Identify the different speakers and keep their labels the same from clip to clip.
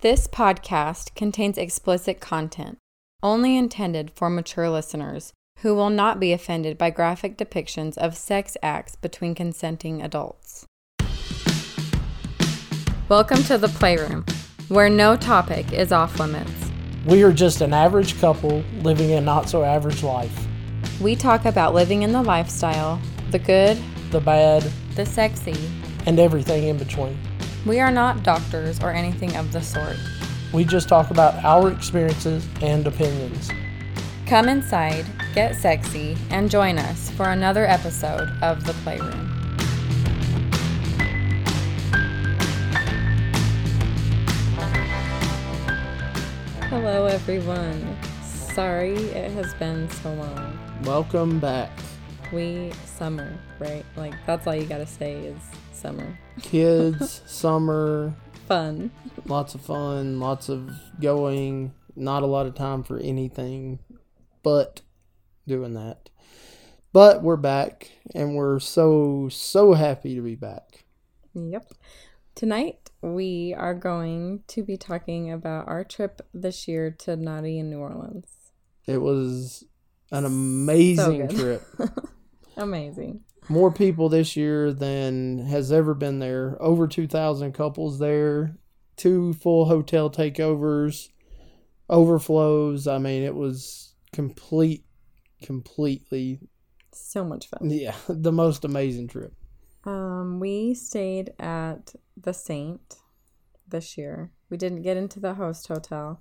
Speaker 1: This podcast contains explicit content, only intended for mature listeners who will not be offended by graphic depictions of sex acts between consenting adults. Welcome to the Playroom, where no topic is off limits.
Speaker 2: We are just an average couple living a not so average life.
Speaker 1: We talk about living in the lifestyle, the good,
Speaker 2: The bad,
Speaker 1: the sexy.
Speaker 2: and everything in between.
Speaker 1: We are not doctors or anything of the sort.
Speaker 2: We just talk about our experiences and opinions.
Speaker 1: Come inside, get sexy, and join us for another episode of The Playroom. Hello, everyone. Sorry it has been so long.
Speaker 2: Welcome back.
Speaker 1: We summer, right? Like, that's all you gotta say is summer.
Speaker 2: Kids, summer,
Speaker 1: Fun.
Speaker 2: lots of fun, lots of going, not a lot of time for anything but doing that. But we're back and we're so, so happy to be back.
Speaker 1: Yep. Tonight, we are going to be talking about our trip this year to Naughty in New Orleans.
Speaker 2: It was an amazing
Speaker 1: good.
Speaker 2: trip.
Speaker 1: Amazing.
Speaker 2: more people this year than has ever been there. Over 2,000 couples there, two full hotel takeovers, overflows. I mean, it was complete, completely,
Speaker 1: So much fun.
Speaker 2: yeah, the most amazing trip.
Speaker 1: Um, we stayed at the Saint this year. We didn't get into the host hotel.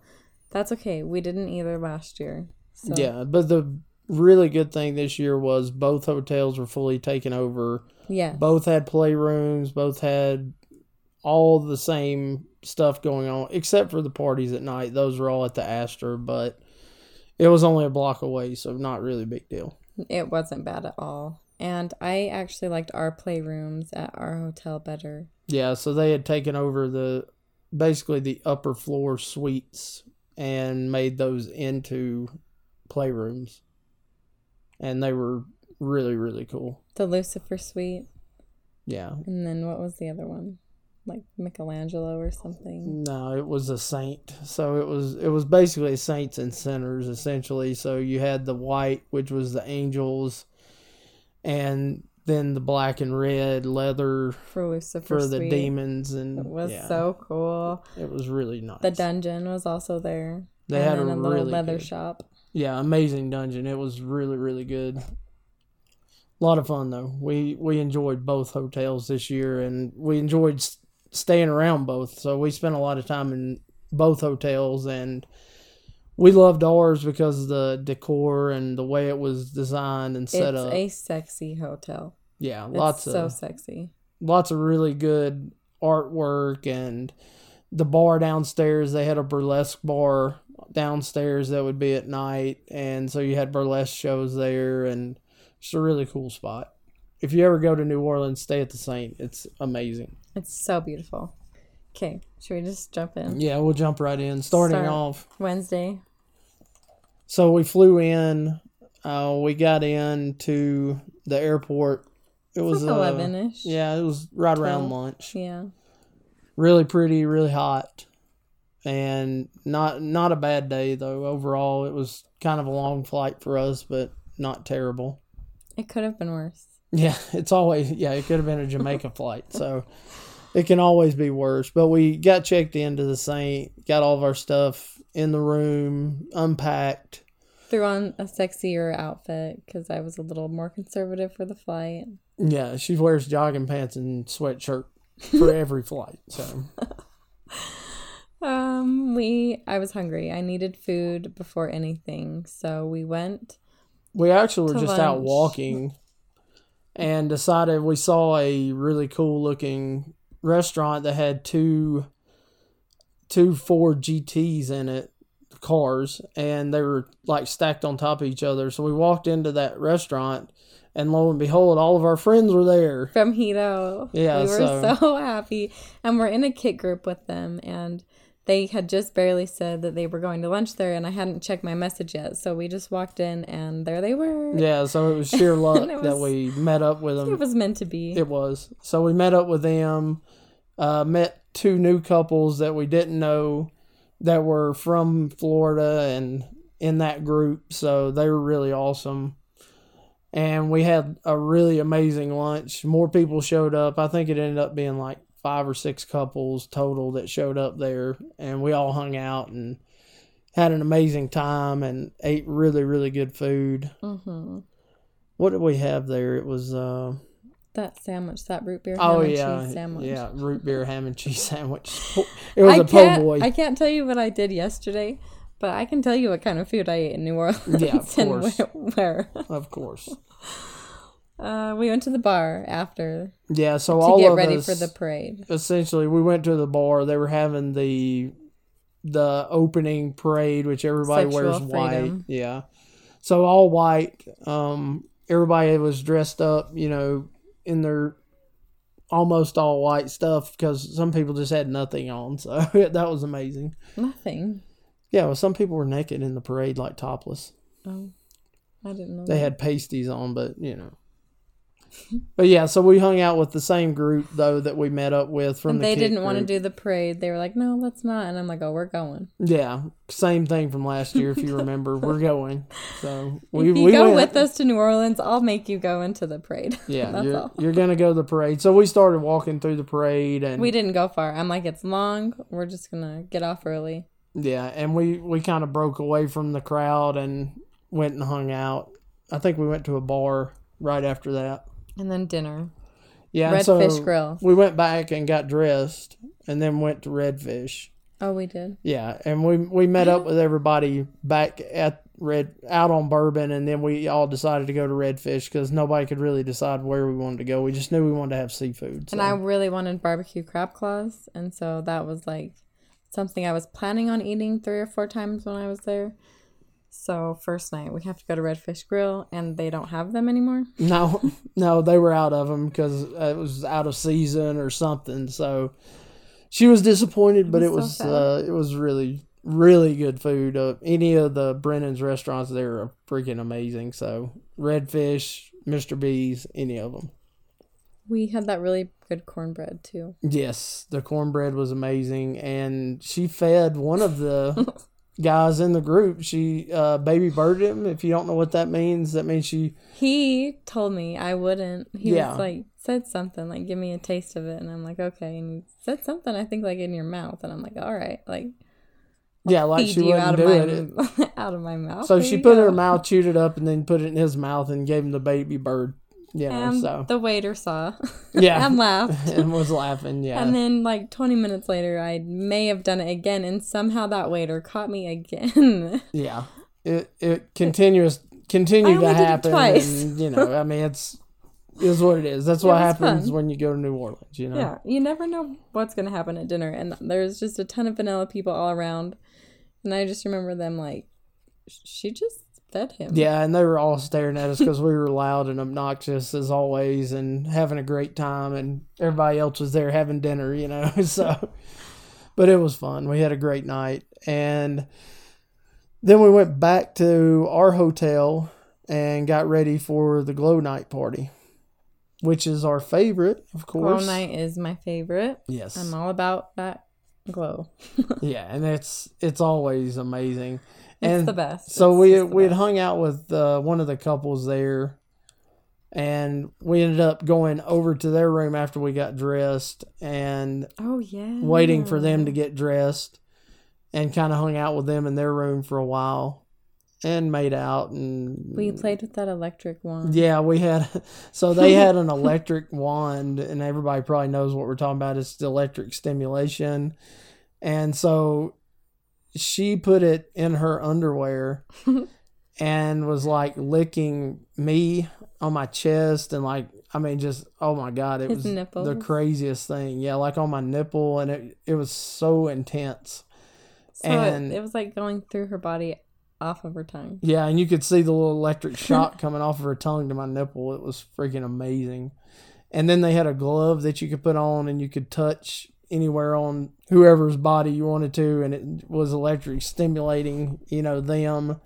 Speaker 1: That's okay. We didn't either last year. So
Speaker 2: Yeah, but the really good thing this year was both hotels were fully taken over.
Speaker 1: yeah,
Speaker 2: Both had playrooms, both had all the same stuff going on, except for the parties at night. Those were all at the Astor, but it was only a block away, so not really a big deal.
Speaker 1: it wasn't bad at all. And I actually liked our playrooms at our hotel better.
Speaker 2: Yeah, so they had taken over the basically the upper floor suites and made those into playrooms. And they were really, really cool.
Speaker 1: The Lucifer Suite,
Speaker 2: Yeah.
Speaker 1: and then what was the other one? Like Michelangelo or something.
Speaker 2: No, it was a saint. So it was it was basically saints and sinners essentially. So you had the white, which was the angels, and then the black and red leather
Speaker 1: For Lucifer
Speaker 2: for the
Speaker 1: Suite.
Speaker 2: demons, and
Speaker 1: It was
Speaker 2: yeah,
Speaker 1: so cool.
Speaker 2: it was really nice.
Speaker 1: The dungeon was also there.
Speaker 2: They
Speaker 1: and
Speaker 2: had
Speaker 1: then a
Speaker 2: a
Speaker 1: little
Speaker 2: really
Speaker 1: leather
Speaker 2: good-
Speaker 1: shop.
Speaker 2: yeah, amazing dungeon. It was really really good. A lot of fun though. We we enjoyed both hotels this year, and we enjoyed s- staying around both. So we spent a lot of time in both hotels, and we loved ours because of the decor and the way it was designed and set
Speaker 1: it's
Speaker 2: up.
Speaker 1: a sexy hotel.
Speaker 2: yeah,
Speaker 1: It's
Speaker 2: lots
Speaker 1: so
Speaker 2: of
Speaker 1: sexy.
Speaker 2: lots of really good artwork and the bar downstairs they had a burlesque bar downstairs that would be at night and so you had burlesque shows there and it's a really cool spot if you ever go to new orleans stay at the saint it's amazing
Speaker 1: It's so beautiful. Okay, should we just jump in?
Speaker 2: yeah we'll jump right in starting
Speaker 1: Start.
Speaker 2: off
Speaker 1: Wednesday.
Speaker 2: so we flew in uh, we got in to the airport it was
Speaker 1: It's
Speaker 2: uh,
Speaker 1: like eleven ish.
Speaker 2: yeah it was right around
Speaker 1: Twelve.
Speaker 2: lunch
Speaker 1: Yeah.
Speaker 2: really pretty, really hot, and not not a bad day though. Overall, it was kind of a long flight for us, but not terrible.
Speaker 1: It could have been worse.
Speaker 2: Yeah, it's always yeah. It could have been a Jamaica flight, so it can always be worse. But we got checked into the Saint, got all of our stuff in the room, unpacked.
Speaker 1: Threw on a sexier outfit because I was a little more conservative for the flight.
Speaker 2: Yeah, she wears jogging pants and sweatshirt for every flight. So
Speaker 1: Um, we I was hungry. I needed food before anything, so we went.
Speaker 2: We actually were
Speaker 1: To
Speaker 2: just out
Speaker 1: lunch.
Speaker 2: walking and decided we saw a really cool looking restaurant that had two two Ford GTs in it cars and they were like stacked on top of each other. So we walked into that restaurant and lo and behold all of our friends were there.
Speaker 1: from Hito.
Speaker 2: Yeah,
Speaker 1: we were
Speaker 2: so-
Speaker 1: so. happy, and we're in a kit group with them, and they had just barely said that they were going to lunch there, and I hadn't checked my message yet, so we just walked in, and there they were.
Speaker 2: Yeah, so it was sheer luck
Speaker 1: it
Speaker 2: that
Speaker 1: was-
Speaker 2: we met up with them.
Speaker 1: It was meant to be.
Speaker 2: It was. So we met up with them, uh, met two new couples that we didn't know that were from Florida and in that group. So they were really awesome. And we had a really amazing lunch. More people showed up. I think it ended up being like five or six couples total that showed up there. And we all hung out and had an amazing time and ate really, really good food.
Speaker 1: Mm-hmm.
Speaker 2: What did we have there? It was. Uh,
Speaker 1: That sandwich, that root beer ham
Speaker 2: Oh
Speaker 1: and
Speaker 2: yeah,
Speaker 1: cheese sandwich.
Speaker 2: yeah, root beer ham and cheese sandwich. It was
Speaker 1: I
Speaker 2: a po'
Speaker 1: can't,
Speaker 2: boy.
Speaker 1: I can't tell you what I did yesterday, but I can tell you what kind of food I ate in New Orleans.
Speaker 2: Yeah, of
Speaker 1: and
Speaker 2: course.
Speaker 1: Where,
Speaker 2: of course.
Speaker 1: where. Uh, we went to the bar after
Speaker 2: Yeah, so
Speaker 1: to
Speaker 2: all
Speaker 1: get
Speaker 2: of
Speaker 1: ready
Speaker 2: us,
Speaker 1: for the parade.
Speaker 2: essentially we went to the bar. They were having the the opening parade, which everybody
Speaker 1: Sexual
Speaker 2: wears white.
Speaker 1: freedom.
Speaker 2: Yeah, so all white. Um, everybody was dressed up, you know, in their almost all white stuff because some people just had nothing on. So that was amazing.
Speaker 1: Nothing.
Speaker 2: Yeah, well, some people were naked in the parade, like topless.
Speaker 1: Oh, I didn't know.
Speaker 2: They
Speaker 1: that.
Speaker 2: had pasties on, but you know. But yeah, so we hung out with the same group though that we met up with from
Speaker 1: And
Speaker 2: the
Speaker 1: they
Speaker 2: kick
Speaker 1: didn't want to
Speaker 2: group.
Speaker 1: do the parade. They were like, "No, let's not." And I'm like, "Oh, we're going.
Speaker 2: Yeah, same thing from last year. If you remember, we're going. So we
Speaker 1: if you
Speaker 2: we
Speaker 1: go
Speaker 2: went.
Speaker 1: with us to New Orleans, I'll make you go into the parade."
Speaker 2: Yeah,
Speaker 1: That's
Speaker 2: you're,
Speaker 1: all.
Speaker 2: you're gonna go to the parade. So we started walking through the parade, and
Speaker 1: We didn't go far. I'm like, "It's long. We're just gonna get off early."
Speaker 2: yeah, and we we kind of broke away from the crowd and went and hung out. I think we went to a bar right after that.
Speaker 1: And then dinner,
Speaker 2: Yeah, and so
Speaker 1: Redfish Grill.
Speaker 2: we went back and got dressed, and then went to Redfish.
Speaker 1: Oh, we did.
Speaker 2: Yeah, and we we met up with everybody back at Red out on Bourbon, and then we all decided to go to Redfish because nobody could really decide where we wanted to go. We just knew we wanted to have seafood. So.
Speaker 1: And I really wanted barbecue crab claws, and so that was like something I was planning on eating three or four times when I was there. So first night we have to go to Redfish Grill, and they don't have them anymore.
Speaker 2: no, no, they were out of them because it was out of season or something. So she was disappointed, but it
Speaker 1: That's
Speaker 2: was
Speaker 1: so sad.
Speaker 2: uh, it was really really good food. Uh, any of the Brennan's restaurants there are freaking amazing. So Redfish, Mister B's, any of them.
Speaker 1: We had that really good cornbread too.
Speaker 2: Yes, the cornbread was amazing, and she fed one of the guys in the group. She uh, baby birded him. If you don't know what that means, that means she
Speaker 1: He told me I wouldn't. He
Speaker 2: Yeah.
Speaker 1: was like said something like give me a taste of it, and I'm like okay. And he said something I think like in your mouth, and I'm like all right, like
Speaker 2: yeah, like
Speaker 1: feed
Speaker 2: she
Speaker 1: you
Speaker 2: wouldn't
Speaker 1: out
Speaker 2: do
Speaker 1: of my
Speaker 2: it.
Speaker 1: out of my mouth.
Speaker 2: So
Speaker 1: There
Speaker 2: she
Speaker 1: you
Speaker 2: put it in
Speaker 1: go.
Speaker 2: her mouth, chewed it up, and then put it in his mouth and gave him the baby bird. You know,
Speaker 1: And
Speaker 2: so
Speaker 1: the waiter saw.
Speaker 2: Yeah.
Speaker 1: and laughed.
Speaker 2: and was laughing. Yeah,
Speaker 1: And then, like 20 minutes later, I may have done it again, and somehow that waiter caught me again.
Speaker 2: yeah. It it continuous continued
Speaker 1: only
Speaker 2: to
Speaker 1: did it
Speaker 2: happen.
Speaker 1: twice.
Speaker 2: And, you know, I mean, it's is what it is. That's what
Speaker 1: was
Speaker 2: happens
Speaker 1: fun.
Speaker 2: when you go to New Orleans. You know.
Speaker 1: yeah, you never know what's going to happen at dinner. And there's just a ton of vanilla people all around. And I just remember them like, she just fed him.
Speaker 2: Yeah, and they were all staring at us because we were loud and obnoxious as always, and having a great time, and everybody else was there having dinner, you know. So, but it was fun. We had a great night, and then we went back to our hotel and got ready for the glow night party, which is our favorite, of
Speaker 1: Glow
Speaker 2: course.
Speaker 1: night is my favorite.
Speaker 2: Yes.
Speaker 1: I'm all about that glow.
Speaker 2: yeah, and it's it's always amazing.
Speaker 1: It's
Speaker 2: and
Speaker 1: the best.
Speaker 2: So
Speaker 1: It's
Speaker 2: we
Speaker 1: just the
Speaker 2: we had
Speaker 1: best.
Speaker 2: hung out with uh, one of the couples there, and we ended up going over to their room after we got dressed and
Speaker 1: Oh, yeah.
Speaker 2: waiting for them
Speaker 1: Mm.
Speaker 2: to get dressed, and kind of hung out with them in their room for a while, and made out and
Speaker 1: We played with that electric wand.
Speaker 2: yeah, we had so they had an electric wand, and everybody probably knows what we're talking about. It's the electric stimulation, and so she put it in her underwear and was like licking me on my chest and like I mean just oh my god it
Speaker 1: His
Speaker 2: was the
Speaker 1: nipples.
Speaker 2: craziest thing yeah like on my nipple and it it was so intense
Speaker 1: So it-
Speaker 2: and-
Speaker 1: it was like going through her body off of her tongue.
Speaker 2: Yeah, and you could see the little electric shock coming off of her tongue to my nipple. It was freaking amazing. And then they had a glove that you could put on and you could touch anywhere on whoever's body you wanted to and it was electric stimulating, you know, them.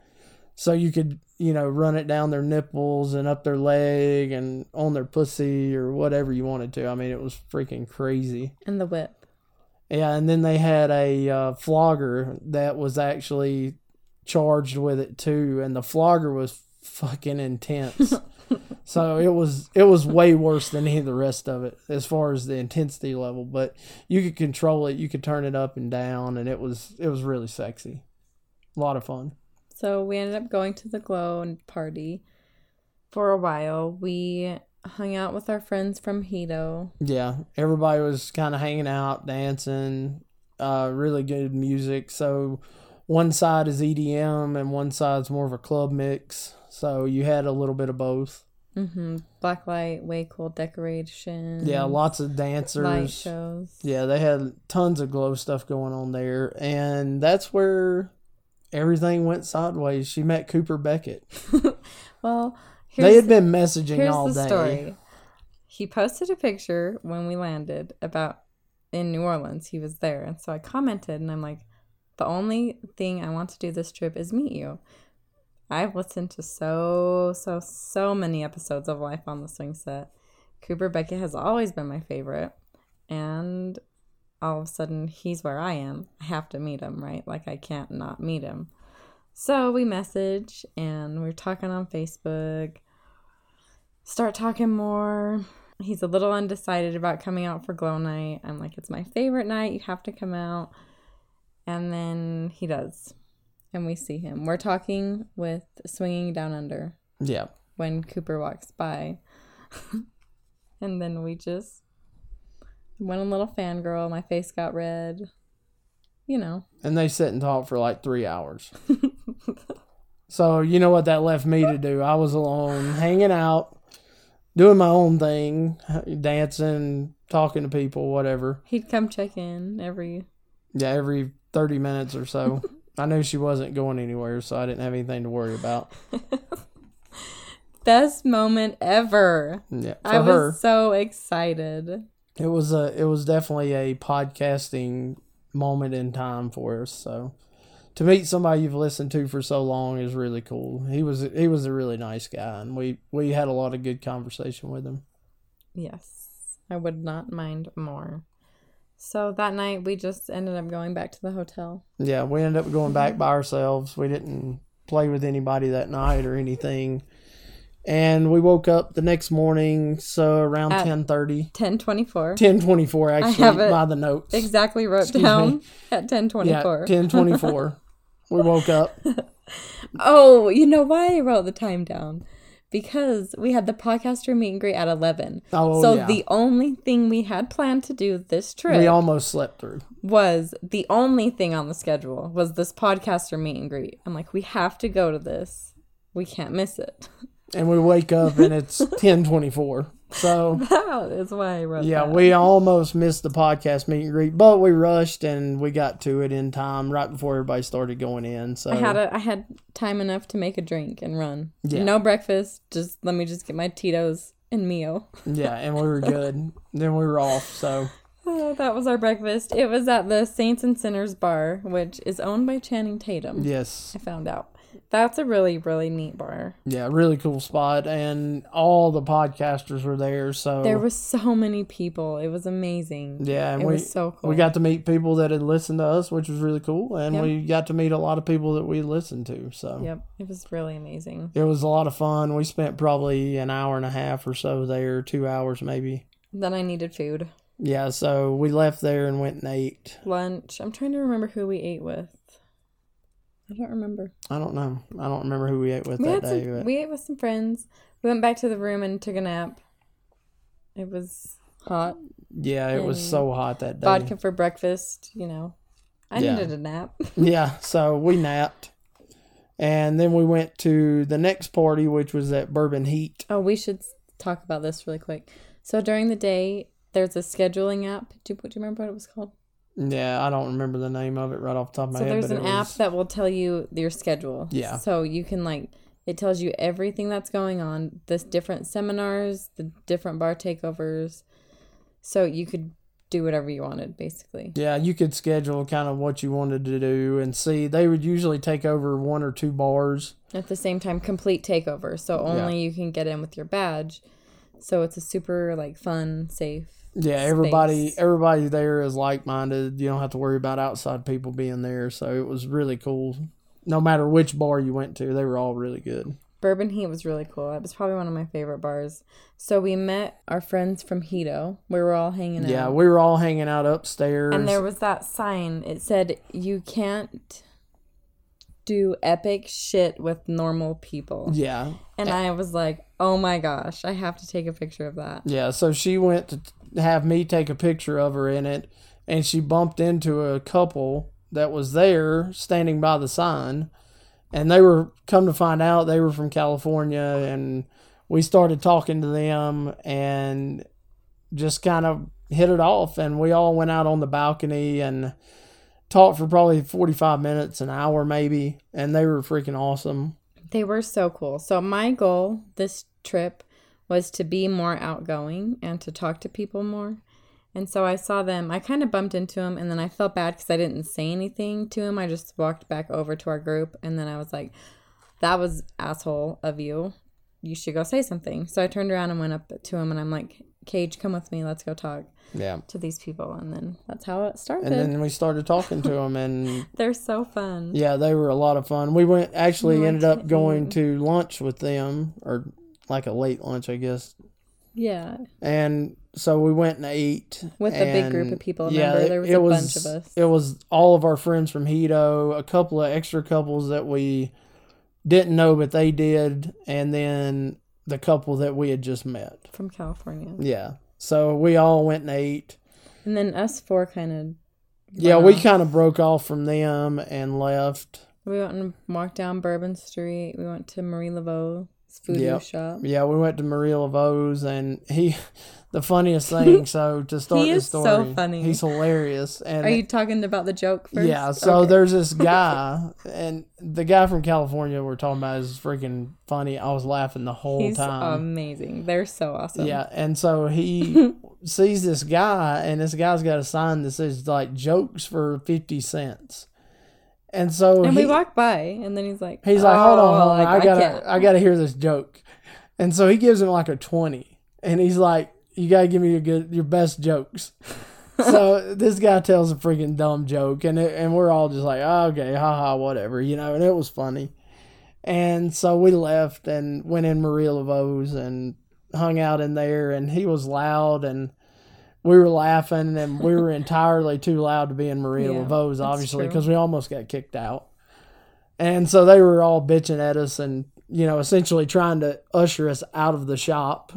Speaker 2: So you could, you know, run it down their nipples and up their leg and on their pussy or whatever you wanted to. I mean, it was freaking crazy.
Speaker 1: And the whip.
Speaker 2: Yeah, and then they had a uh, flogger that was actually charged with it too, and the flogger was fucking intense. so it was it was way worse than any of the rest of it as far as the intensity level. But you could control it, you could turn it up and down, and it was it was really sexy, a lot of fun.
Speaker 1: So we ended up going to the glow and party for a while. We hung out with our friends from Hito.
Speaker 2: Yeah, everybody was kind of hanging out, dancing, uh, really good music. So one side is EDM and one side's more of a club mix. So you had a little bit of both.
Speaker 1: Mm-hmm. Blacklight, way cool decoration.
Speaker 2: Yeah, lots of
Speaker 1: light
Speaker 2: dancers.
Speaker 1: shows.
Speaker 2: Yeah, they had tons of glow stuff going on there, and that's where everything went sideways. She met Cooper Beckett.
Speaker 1: Well,
Speaker 2: they
Speaker 1: here's,
Speaker 2: had been messaging
Speaker 1: here's
Speaker 2: all
Speaker 1: the
Speaker 2: day.
Speaker 1: story. He posted a picture when we landed about in New Orleans. He was there, and so I commented, and I'm like, "The only thing I want to do this trip is meet you." I've listened to so so so many episodes of Life on the Swing Set. Cooper Beckett has always been my favorite, and all of a sudden he's where I am. I have to meet him, right? Like I can't not meet him. So we message and we're talking on Facebook. Start talking more. He's a little undecided about coming out for glow night. I'm like, it's my favorite night. You have to come out. And then he does. And we see him. We're talking with Swinging Down Under
Speaker 2: Yeah,
Speaker 1: when Cooper walks by. and then we just went a little fangirl. My face got red. You know.
Speaker 2: and they sit and talk for like three hours. so you know what that left me to do? I was alone, hanging out, doing my own thing, dancing, talking to people, whatever.
Speaker 1: He'd come check in every.
Speaker 2: Yeah, every 30 minutes or so. I knew she wasn't going anywhere, so I didn't have anything to worry about.
Speaker 1: Best moment ever.
Speaker 2: Yeah, for
Speaker 1: I was
Speaker 2: her,
Speaker 1: so excited.
Speaker 2: it was a it was definitely a podcasting moment in time for us. So to meet somebody you've listened to for so long is really cool. He was he was a really nice guy, and we we had a lot of good conversation with him.
Speaker 1: Yes, I would not mind more. So that night we just ended up going back to the hotel.
Speaker 2: Yeah, we ended up going back by ourselves. We didn't play with anybody that night or anything. And we woke up the next morning, so around
Speaker 1: At-
Speaker 2: ten thirty.
Speaker 1: 1024.
Speaker 2: Ten twenty four
Speaker 1: Oh. have
Speaker 2: actually
Speaker 1: it.
Speaker 2: by the notes.
Speaker 1: Exactly wrote
Speaker 2: Excuse
Speaker 1: down
Speaker 2: me.
Speaker 1: at 1024.
Speaker 2: Yeah, ten twenty four. we woke up.
Speaker 1: Oh, you know why I wrote the time down? Because we had the podcaster meet and greet at 11.
Speaker 2: Oh,
Speaker 1: so
Speaker 2: yeah.
Speaker 1: the only thing we had planned to do this trip
Speaker 2: We almost slept through.
Speaker 1: was the only thing on the schedule was this podcaster meet and greet. I'm like, we have to go to this. We can't miss it.
Speaker 2: And we wake up and it's ten twenty four. So
Speaker 1: that is why I wrote
Speaker 2: yeah,
Speaker 1: that.
Speaker 2: we almost missed the podcast meet and greet, but we rushed and we got to it in time right before everybody started going in. So
Speaker 1: I had a, I had time enough to make a drink and run.
Speaker 2: Oh. Yeah.
Speaker 1: No breakfast. Just let me just get my Tito's and meal.
Speaker 2: yeah, and we were good. then we were off. So
Speaker 1: Oh, that was our breakfast. It was at the Saints and Sinners bar, which is owned by Channing Tatum.
Speaker 2: yes,
Speaker 1: I found out. That's a really really neat bar.
Speaker 2: yeah, really cool spot, and all the podcasters were there. So
Speaker 1: There was so many people. It was amazing.
Speaker 2: Oh. yeah, and
Speaker 1: it
Speaker 2: we
Speaker 1: was so cool.
Speaker 2: we got to meet people that had listened to us, which was really cool, and
Speaker 1: Yep.
Speaker 2: we got to meet a lot of people that we listened to. So
Speaker 1: Yep, it was really amazing.
Speaker 2: it was a lot of fun. We spent probably an hour and a half or so there, two hours maybe.
Speaker 1: Then I needed food.
Speaker 2: Yeah, so we left there and went and ate.
Speaker 1: Lunch. I'm trying to remember who we ate with. I don't remember.
Speaker 2: I don't know. I don't remember who we ate with
Speaker 1: We had
Speaker 2: that day.
Speaker 1: some,
Speaker 2: but
Speaker 1: we ate with some friends. We went back to the room and took a nap. It was hot.
Speaker 2: yeah, it was
Speaker 1: and
Speaker 2: so hot that day.
Speaker 1: Vodka for breakfast, you know. I
Speaker 2: Yeah.
Speaker 1: needed a nap.
Speaker 2: Yeah, so we napped. And then we went to the next party, which was at Bourbon Heat.
Speaker 1: Oh, we should s- talk about this really quick. So during the day, there's a scheduling app. Do, you- do you remember what it was called?
Speaker 2: Yeah, I don't remember the name of it right off the top of my
Speaker 1: So
Speaker 2: head.
Speaker 1: there's
Speaker 2: but
Speaker 1: an
Speaker 2: it
Speaker 1: app
Speaker 2: was,
Speaker 1: that will tell you your schedule.
Speaker 2: Yeah.
Speaker 1: So you can like it tells you everything that's going on, the different seminars, the different bar takeovers. So you could do whatever you wanted, basically.
Speaker 2: Yeah, you could schedule kind of what you wanted to do and see. They would usually take over one or two bars.
Speaker 1: At the same time, complete takeover. So only you can get in with your badge. So it's a super like fun, safe
Speaker 2: Yeah, everybody
Speaker 1: space.
Speaker 2: everybody there is like minded. You don't have to worry about outside people being there, so it was really cool. No matter which bar you went to, they were all really good.
Speaker 1: Bourbon Heat was really cool. That was probably one of my favorite bars. So we met our friends from Hito. We were all hanging
Speaker 2: Yeah,
Speaker 1: out.
Speaker 2: we were all hanging out upstairs.
Speaker 1: and there was that sign. It said, "You can't do epic shit with normal people."
Speaker 2: yeah,
Speaker 1: And I was like, "Oh my gosh, I have to take a picture of that."
Speaker 2: yeah. So she went to t- have me take a picture of her in it, and she bumped into a couple that was there standing by the sign, and they were come to find out they were from California, and we started talking to them and just kind of hit it off, and we all went out on the balcony and talked for probably forty five minutes, an hour maybe, and they were freaking awesome.
Speaker 1: They were so cool. So my goal this trip was to be more outgoing and to talk to people more. And so I saw them. I kind of bumped into him, and then I felt bad because I didn't say anything to him. I just walked back over to our group, and then I was like, "That was asshole of you. You should go say something." So I turned around and went up to him, and I'm like, "Cage, come with me. Let's go talk
Speaker 2: Yeah.
Speaker 1: to these people." And then that's how it started.
Speaker 2: And then we started talking to them, and
Speaker 1: They're so fun.
Speaker 2: Yeah, they were a lot of fun. We went actually
Speaker 1: Lunch
Speaker 2: ended up
Speaker 1: at
Speaker 2: going
Speaker 1: eight.
Speaker 2: to lunch with them or like a late lunch, I guess.
Speaker 1: Yeah,
Speaker 2: And so we went and ate
Speaker 1: With a big group of
Speaker 2: and-
Speaker 1: people, remember? There was a bunch of us.
Speaker 2: It was all of our friends from Hito, a couple of extra couples that we didn't know but they did, and then the couple that we had just met.
Speaker 1: from California.
Speaker 2: Yeah. So we all went and ate.
Speaker 1: And then us four kind of
Speaker 2: Yeah, we
Speaker 1: off.
Speaker 2: kind of broke off from them and left.
Speaker 1: We went and walked down Bourbon Street. We went to Marie Laveau's food
Speaker 2: Yep.
Speaker 1: shop.
Speaker 2: Yeah, we went to Maria Laveau's, and he, the funniest thing. So to start
Speaker 1: He
Speaker 2: the
Speaker 1: is so
Speaker 2: story,
Speaker 1: funny.
Speaker 2: He's hilarious, and
Speaker 1: Are you talking about the joke first? Oh,
Speaker 2: yeah. So
Speaker 1: Okay.
Speaker 2: there's this guy, and the guy from California we're talking about is freaking funny. I was laughing the whole
Speaker 1: he's
Speaker 2: time.
Speaker 1: amazing. They're so awesome.
Speaker 2: Yeah, and so he sees this guy, and this guy's got a sign that says like jokes for fifty cents, and so
Speaker 1: And we
Speaker 2: he-
Speaker 1: walked by, and then he's like,
Speaker 2: He's like, hold on,
Speaker 1: "Oh,"
Speaker 2: hold on.
Speaker 1: like,
Speaker 2: I gotta,
Speaker 1: can't."
Speaker 2: I, gotta hear this joke. And so he gives him like a twenty, and he's like, you gotta give me your good, your best jokes. so this guy tells a freaking dumb joke, and it, and we're all just like, oh, okay, haha, whatever, you know. And it was funny. And so we left and went in Maria Laveau's and hung out in there, and he was loud and. We were laughing, and we were entirely too loud to be in Maria
Speaker 1: Yeah,
Speaker 2: Laveau's, obviously,
Speaker 1: true.
Speaker 2: because we almost got kicked out. And so they were all bitching at us and, you know, essentially trying to usher us out of the shop.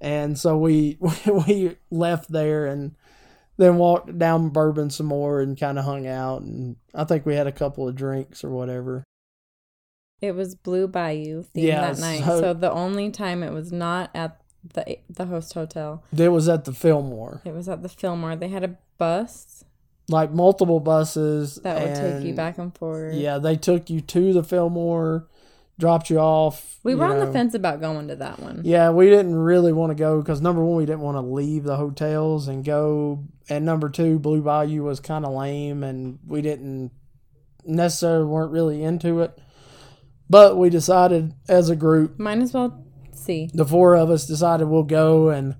Speaker 2: And so we we left there and then walked down Bourbon some more and kind of hung out. And I think we had a couple of drinks or whatever.
Speaker 1: It was Blue Bayou theme
Speaker 2: Yeah,
Speaker 1: that night.
Speaker 2: so-
Speaker 1: So, the only time it was not at the the host hotel,
Speaker 2: It was at the Fillmore,
Speaker 1: it was at the Fillmore. They had a bus
Speaker 2: like multiple buses
Speaker 1: that would take you
Speaker 2: and-
Speaker 1: back and forth.
Speaker 2: Yeah, they took you to the Fillmore, dropped you off.
Speaker 1: we
Speaker 2: you
Speaker 1: were on
Speaker 2: know.
Speaker 1: the fence about going to that one.
Speaker 2: Yeah, we didn't really want to go because number one, we didn't want to leave the hotels and go, and number two, Blue Bayou was kind of lame, and we didn't necessarily weren't really into it. But we decided as a group,
Speaker 1: Might as well see.
Speaker 2: the four of us decided we'll go, and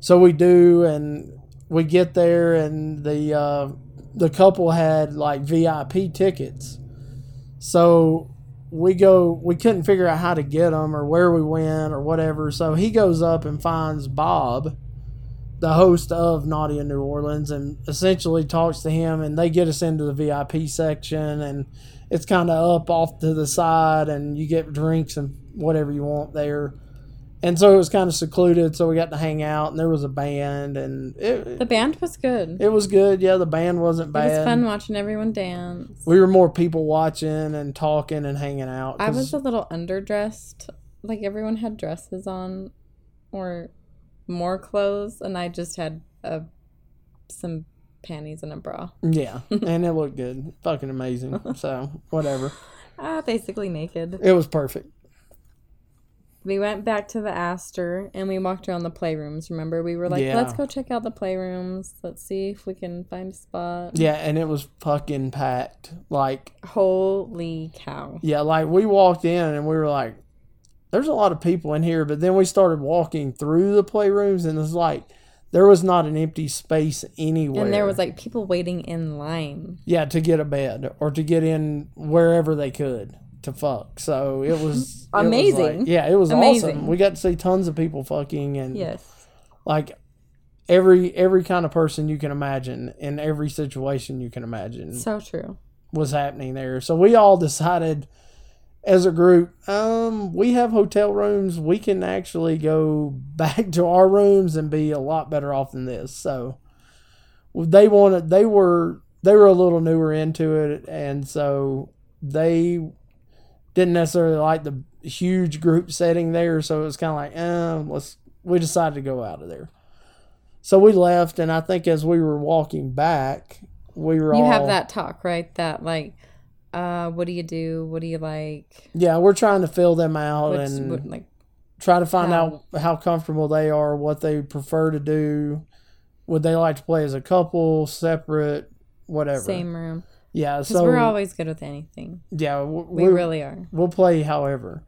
Speaker 2: so we do, and we get there, and the uh, the couple had like VIP tickets, so we go we couldn't figure out how to get them or where we went or whatever so he goes up and finds bob the host of naughty in new orleans and essentially talks to him and they get us into the vip section and it's kind of up off to the side and you get drinks and whatever you want there and so it was kind of secluded so we got to hang out and there was a band and
Speaker 1: The
Speaker 2: it,
Speaker 1: band was good.
Speaker 2: it was good yeah the band wasn't bad
Speaker 1: It was fun watching everyone dance.
Speaker 2: we were more people watching and talking and hanging out.
Speaker 1: I
Speaker 2: 'cause-
Speaker 1: was a little underdressed. Like everyone had dresses on or more clothes and I just had a some panties and a bra.
Speaker 2: yeah, and it looked good, fucking amazing. So whatever,
Speaker 1: Ah, basically naked.
Speaker 2: it was perfect.
Speaker 1: We went back to the Astor and we walked around the playrooms, remember? We were like,
Speaker 2: Yeah.
Speaker 1: let's go check out the playrooms. Let's see if we can find a spot.
Speaker 2: Yeah, and it was fucking packed. Like
Speaker 1: Holy cow.
Speaker 2: yeah, like we walked in and we were like, "There's a lot of people in here," but then we started walking through the playrooms and it's like There was not an empty space anywhere.
Speaker 1: And there was like people waiting in line.
Speaker 2: yeah, to get a bed or to get in wherever they could to fuck. So it was it was
Speaker 1: Amazing.
Speaker 2: like- yeah, it was
Speaker 1: Amazing.
Speaker 2: awesome. We got to see tons of people fucking and
Speaker 1: Yes.
Speaker 2: like every every kind of person you can imagine in every situation you can imagine
Speaker 1: So true.
Speaker 2: was happening there. So we all decided as a group, um, we have hotel rooms. We can actually go back to our rooms and be a lot better off than this. So they wanted, they were, they were a little newer into it, and so they didn't necessarily like the huge group setting there. So it was kind of like, um, let's. We decided to go out of there. So we left, and I think as we were walking back, we were
Speaker 1: You
Speaker 2: all
Speaker 1: have that talk, right? That like, uh, what do you do? What do you like?
Speaker 2: Yeah, we're trying to fill them out
Speaker 1: What's
Speaker 2: and
Speaker 1: what, like?
Speaker 2: try to find
Speaker 1: how-
Speaker 2: out how comfortable they are, what they prefer to do. Would they like to play as a couple, separate, whatever?
Speaker 1: Same room.
Speaker 2: Yeah,
Speaker 1: Because
Speaker 2: so
Speaker 1: we're always good with anything.
Speaker 2: yeah, we,
Speaker 1: We
Speaker 2: we-
Speaker 1: really are.
Speaker 2: we'll play however.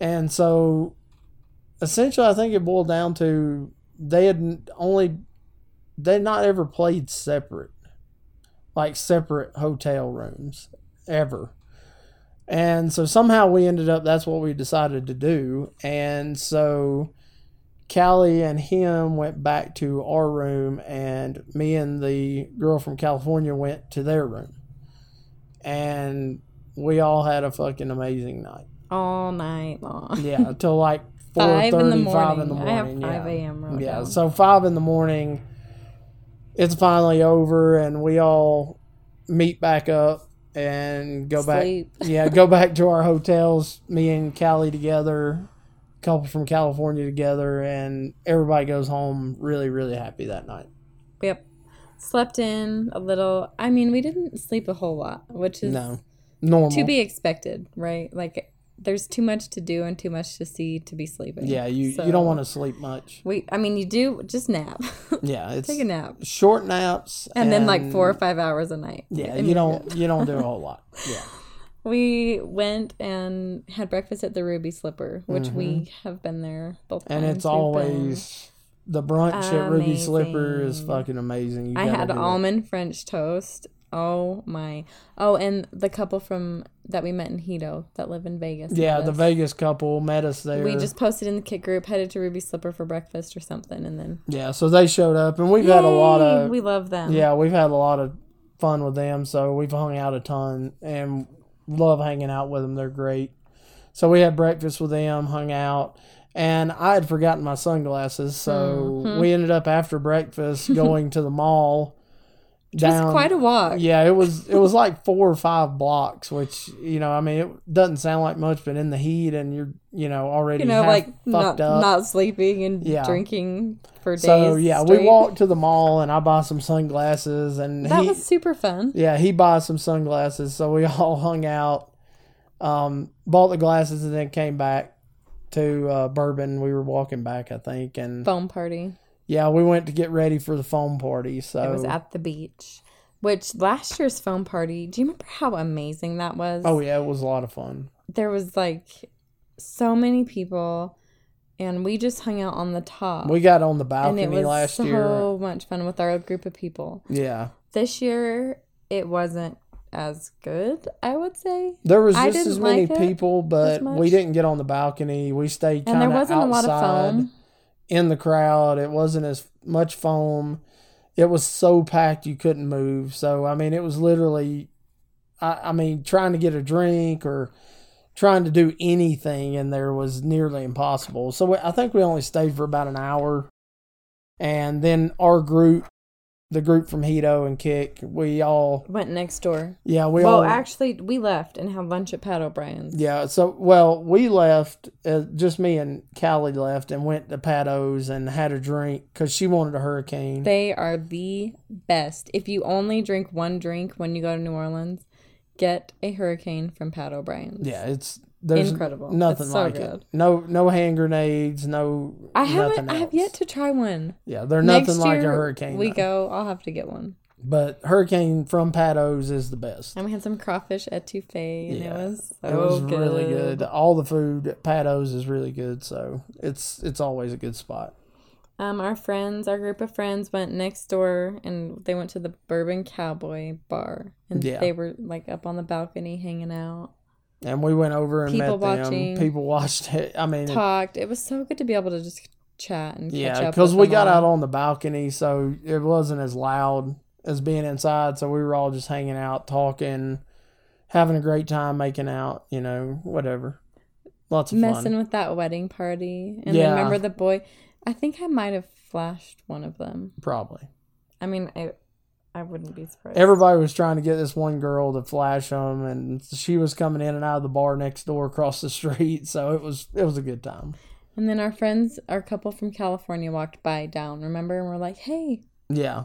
Speaker 2: And so essentially, I think it boiled down to they had n- only, they had not ever played separate, like separate hotel rooms ever. And so somehow we ended up, that's what we decided to do. And so Callie and him went back to our room, and me and the girl from California went to their room. And we all had a fucking amazing night.
Speaker 1: All night long.
Speaker 2: Yeah, till like four thirty,
Speaker 1: Five
Speaker 2: five
Speaker 1: in the morning.
Speaker 2: in the
Speaker 1: I have
Speaker 2: morning.
Speaker 1: five
Speaker 2: yeah.
Speaker 1: a.m. wrote
Speaker 2: Yeah,
Speaker 1: down.
Speaker 2: so five in the morning, it's finally over, and we all meet back up and go
Speaker 1: Sleep.
Speaker 2: back. Yeah, go back to our hotels. Me and Callie together, couple from California together, and everybody goes home really, really happy that night.
Speaker 1: Yep. Slept in a little. I mean, we didn't sleep a whole lot, which is
Speaker 2: No, normal.
Speaker 1: to be expected, right? Like, there's too much to do and too much to see to be sleeping.
Speaker 2: yeah, you
Speaker 1: So-
Speaker 2: you don't want to sleep much.
Speaker 1: We, I mean, you do just nap,
Speaker 2: Yeah, it's
Speaker 1: take a nap,
Speaker 2: short naps,
Speaker 1: and, then like four or five hours a night.
Speaker 2: Yeah,
Speaker 1: And you're
Speaker 2: you don't
Speaker 1: good.
Speaker 2: you don't do a whole lot. Yeah.
Speaker 1: We went and had breakfast at the Ruby Slipper, which we have been there both times.
Speaker 2: Mm-hmm. and it's
Speaker 1: We've
Speaker 2: always the brunch at Ruby Slipper is
Speaker 1: Amazing.
Speaker 2: fucking amazing. You
Speaker 1: been- I
Speaker 2: gotta
Speaker 1: had
Speaker 2: do it.
Speaker 1: almond French toast. Oh my! Oh, and the couple from that we met in Hito that live in Vegas.
Speaker 2: Yeah,
Speaker 1: met
Speaker 2: the
Speaker 1: us.
Speaker 2: Vegas couple met us there.
Speaker 1: We just posted in the kit group, headed to Ruby Slipper for breakfast or something, and then
Speaker 2: yeah, so they showed up, and we've had a lot
Speaker 1: Yay!
Speaker 2: of
Speaker 1: We love them.
Speaker 2: yeah, we've had a lot of fun with them. So we've hung out a ton, and love hanging out with them. They're great. So we had breakfast with them, hung out, and I had forgotten my sunglasses. So
Speaker 1: Mm-hmm.
Speaker 2: we ended up after breakfast going to the mall.
Speaker 1: It's quite a walk.
Speaker 2: Yeah, it was it was like four or five blocks, which you know, I mean, it doesn't sound like much, but in the heat and you're you know already
Speaker 1: You know,
Speaker 2: half
Speaker 1: like
Speaker 2: fucked
Speaker 1: not
Speaker 2: up.
Speaker 1: not sleeping and
Speaker 2: Yeah.
Speaker 1: drinking for days.
Speaker 2: so yeah, we
Speaker 1: straight.
Speaker 2: walked to the mall and I bought some sunglasses and
Speaker 1: That
Speaker 2: he
Speaker 1: was super fun.
Speaker 2: yeah he bought some sunglasses, so we all hung out, um, bought the glasses and then came back to uh, Bourbon. We were walking back, I think, and
Speaker 1: Foam party.
Speaker 2: yeah, we went to get ready for the foam party. So
Speaker 1: It was at the beach. Which last year's foam party, do you remember how amazing that was?
Speaker 2: oh yeah, it was a lot of fun.
Speaker 1: There was like so many people and we just hung out on the top.
Speaker 2: We got on the
Speaker 1: Oh. and it
Speaker 2: balcony
Speaker 1: was
Speaker 2: last
Speaker 1: so
Speaker 2: year.
Speaker 1: much fun with our group of people.
Speaker 2: Yeah.
Speaker 1: This year, it wasn't as good, I would say.
Speaker 2: There was
Speaker 1: I
Speaker 2: just as
Speaker 1: didn't
Speaker 2: many
Speaker 1: like it
Speaker 2: people, but we
Speaker 1: much.
Speaker 2: didn't get on the balcony. We stayed
Speaker 1: And
Speaker 2: kind
Speaker 1: there
Speaker 2: of
Speaker 1: wasn't a lot
Speaker 2: outside
Speaker 1: of foam.
Speaker 2: in the crowd. It wasn't as much foam. It was so packed you couldn't move. So I mean, it was literally, I, I mean, trying to get a drink or trying to do anything in there was nearly impossible. So we, I think we only stayed for about an hour, and then our group, the group from Hito and Kick, we all,
Speaker 1: Went next door.
Speaker 2: yeah, we
Speaker 1: well,
Speaker 2: all
Speaker 1: actually, we left and had lunch at Pat O'Brien's.
Speaker 2: Yeah. So, well, we left, uh, just me and Callie left and went to Pato's and had a drink because she wanted a hurricane.
Speaker 1: They are the best. If you only drink one drink when you go to New Orleans, get a hurricane from Pat O'Brien's.
Speaker 2: yeah, it's there's
Speaker 1: Incredible.
Speaker 2: Nothing
Speaker 1: It's so
Speaker 2: like it.
Speaker 1: good.
Speaker 2: No, no hand grenades. No,
Speaker 1: I haven't.
Speaker 2: nothing
Speaker 1: I have
Speaker 2: else.
Speaker 1: yet to try one.
Speaker 2: Yeah, they're nothing
Speaker 1: Next
Speaker 2: like a
Speaker 1: year
Speaker 2: hurricane.
Speaker 1: We
Speaker 2: though.
Speaker 1: go. I'll have to get one.
Speaker 2: but hurricane from Pato's is the best.
Speaker 1: And we had some crawfish etouffee, and
Speaker 2: Yeah.
Speaker 1: it was so
Speaker 2: it was
Speaker 1: good.
Speaker 2: really good. All the food at Pato's is really good, so it's it's always a good spot.
Speaker 1: Um, our friends, our group of friends, went next door and they went to the Bourbon Cowboy bar, and
Speaker 2: Yeah.
Speaker 1: they were like up on the balcony hanging out,
Speaker 2: and we went over and
Speaker 1: People
Speaker 2: met
Speaker 1: watching.
Speaker 2: them. People watched it. I mean, it,
Speaker 1: talked. It was so good to be able to just chat and catch
Speaker 2: yeah,
Speaker 1: up.
Speaker 2: because
Speaker 1: with
Speaker 2: we
Speaker 1: them
Speaker 2: got
Speaker 1: all.
Speaker 2: out on the balcony, so it wasn't as loud as being inside. So we were all just hanging out, talking, having a great time, making out. You know, whatever. Lots of
Speaker 1: messing
Speaker 2: fun.
Speaker 1: with that wedding party, and
Speaker 2: Yeah.
Speaker 1: then remember the boy. I think I might have flashed one of them.
Speaker 2: Probably.
Speaker 1: I mean, I, I wouldn't be surprised.
Speaker 2: Everybody was trying to get this one girl to flash them, and she was coming in and out of the bar next door across the street. So it was it was a good time.
Speaker 1: And then our friends, our couple from California walked by down, remember? And we're like, hey.
Speaker 2: Yeah,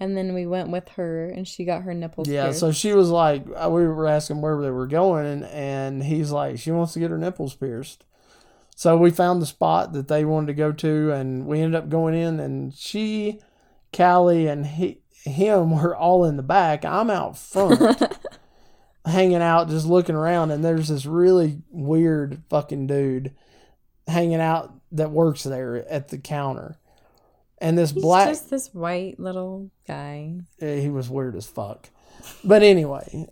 Speaker 1: And then we went with her and she got her nipples
Speaker 2: yeah.
Speaker 1: pierced.
Speaker 2: So she was like, uh, we were asking where they were going, and, and he's like, she wants to get her nipples pierced. So we found the spot that they wanted to go to, and we ended up going in, and she, Callie, and he, him were all in the back. I'm out front. hanging out, just looking around, and there's this really weird fucking dude hanging out that works there at the counter. And this
Speaker 1: He's
Speaker 2: black,
Speaker 1: just this white little guy.
Speaker 2: eh, he was weird as fuck. But anyway,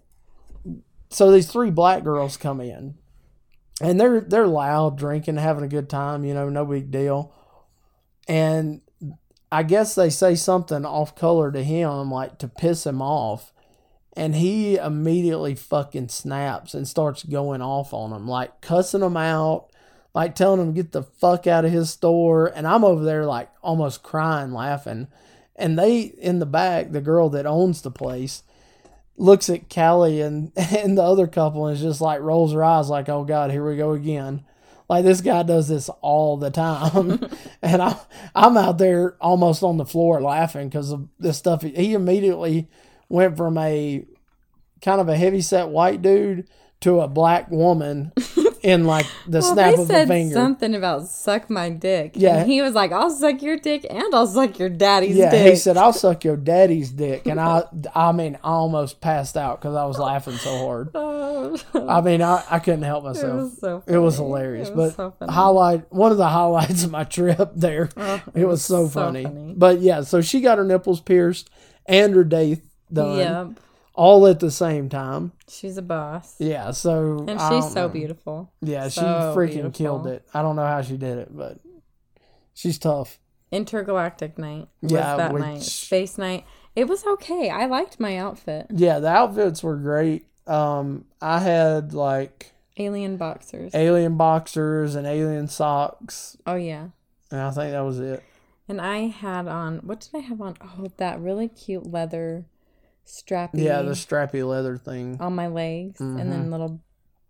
Speaker 2: so these three black girls come in, and they're they're loud, drinking, having a good time, you know, no big deal. And I guess they say something off color to him, like to piss him off. And he immediately fucking snaps and starts going off on them, like cussing them out, like telling them get the fuck out of his store. And I'm over there like almost crying, laughing. And they in the back, the girl that owns the place looks at Callie and, and the other couple and is just like rolls her eyes like, oh God, here we go again. Like this guy does this all the time. and I, I'm out there almost on the floor laughing because of this stuff. He immediately went from a kind of a heavy set white dude to a black woman in like the
Speaker 1: Well,
Speaker 2: snap
Speaker 1: they
Speaker 2: of
Speaker 1: said
Speaker 2: a finger.
Speaker 1: something about suck my dick.
Speaker 2: Yeah.
Speaker 1: And he was like, I'll suck your dick and I'll suck your daddy's
Speaker 2: yeah,
Speaker 1: dick.
Speaker 2: he said, "I'll suck your daddy's dick," and I, I mean, I almost passed out because I was laughing so hard.
Speaker 1: Oh,
Speaker 2: I mean, I, I couldn't help
Speaker 1: it
Speaker 2: myself.
Speaker 1: was so
Speaker 2: It was
Speaker 1: funny.
Speaker 2: hilarious,
Speaker 1: It was so
Speaker 2: but
Speaker 1: funny.
Speaker 2: highlight one of the highlights of my trip there.
Speaker 1: Oh,
Speaker 2: it was so,
Speaker 1: so
Speaker 2: funny.
Speaker 1: funny.
Speaker 2: But yeah, so she got her nipples pierced and her date done
Speaker 1: Yep.
Speaker 2: all at the same time.
Speaker 1: She's a boss.
Speaker 2: Yeah, so
Speaker 1: And
Speaker 2: I
Speaker 1: she's
Speaker 2: don't
Speaker 1: so
Speaker 2: know.
Speaker 1: beautiful.
Speaker 2: Yeah, she
Speaker 1: So
Speaker 2: freaking
Speaker 1: beautiful.
Speaker 2: killed it. I don't know how she did it, but she's tough.
Speaker 1: Intergalactic night was
Speaker 2: Yeah,
Speaker 1: that
Speaker 2: which-
Speaker 1: night. Space night. It was okay. I liked my outfit.
Speaker 2: Yeah, the outfits were great. Um, I had like
Speaker 1: Alien boxers.
Speaker 2: alien boxers and alien socks,
Speaker 1: oh yeah.
Speaker 2: and I think that was it.
Speaker 1: And I had on what did I have on? Oh, that really cute leather strappy
Speaker 2: Yeah, the strappy leather thing.
Speaker 1: on my legs and then little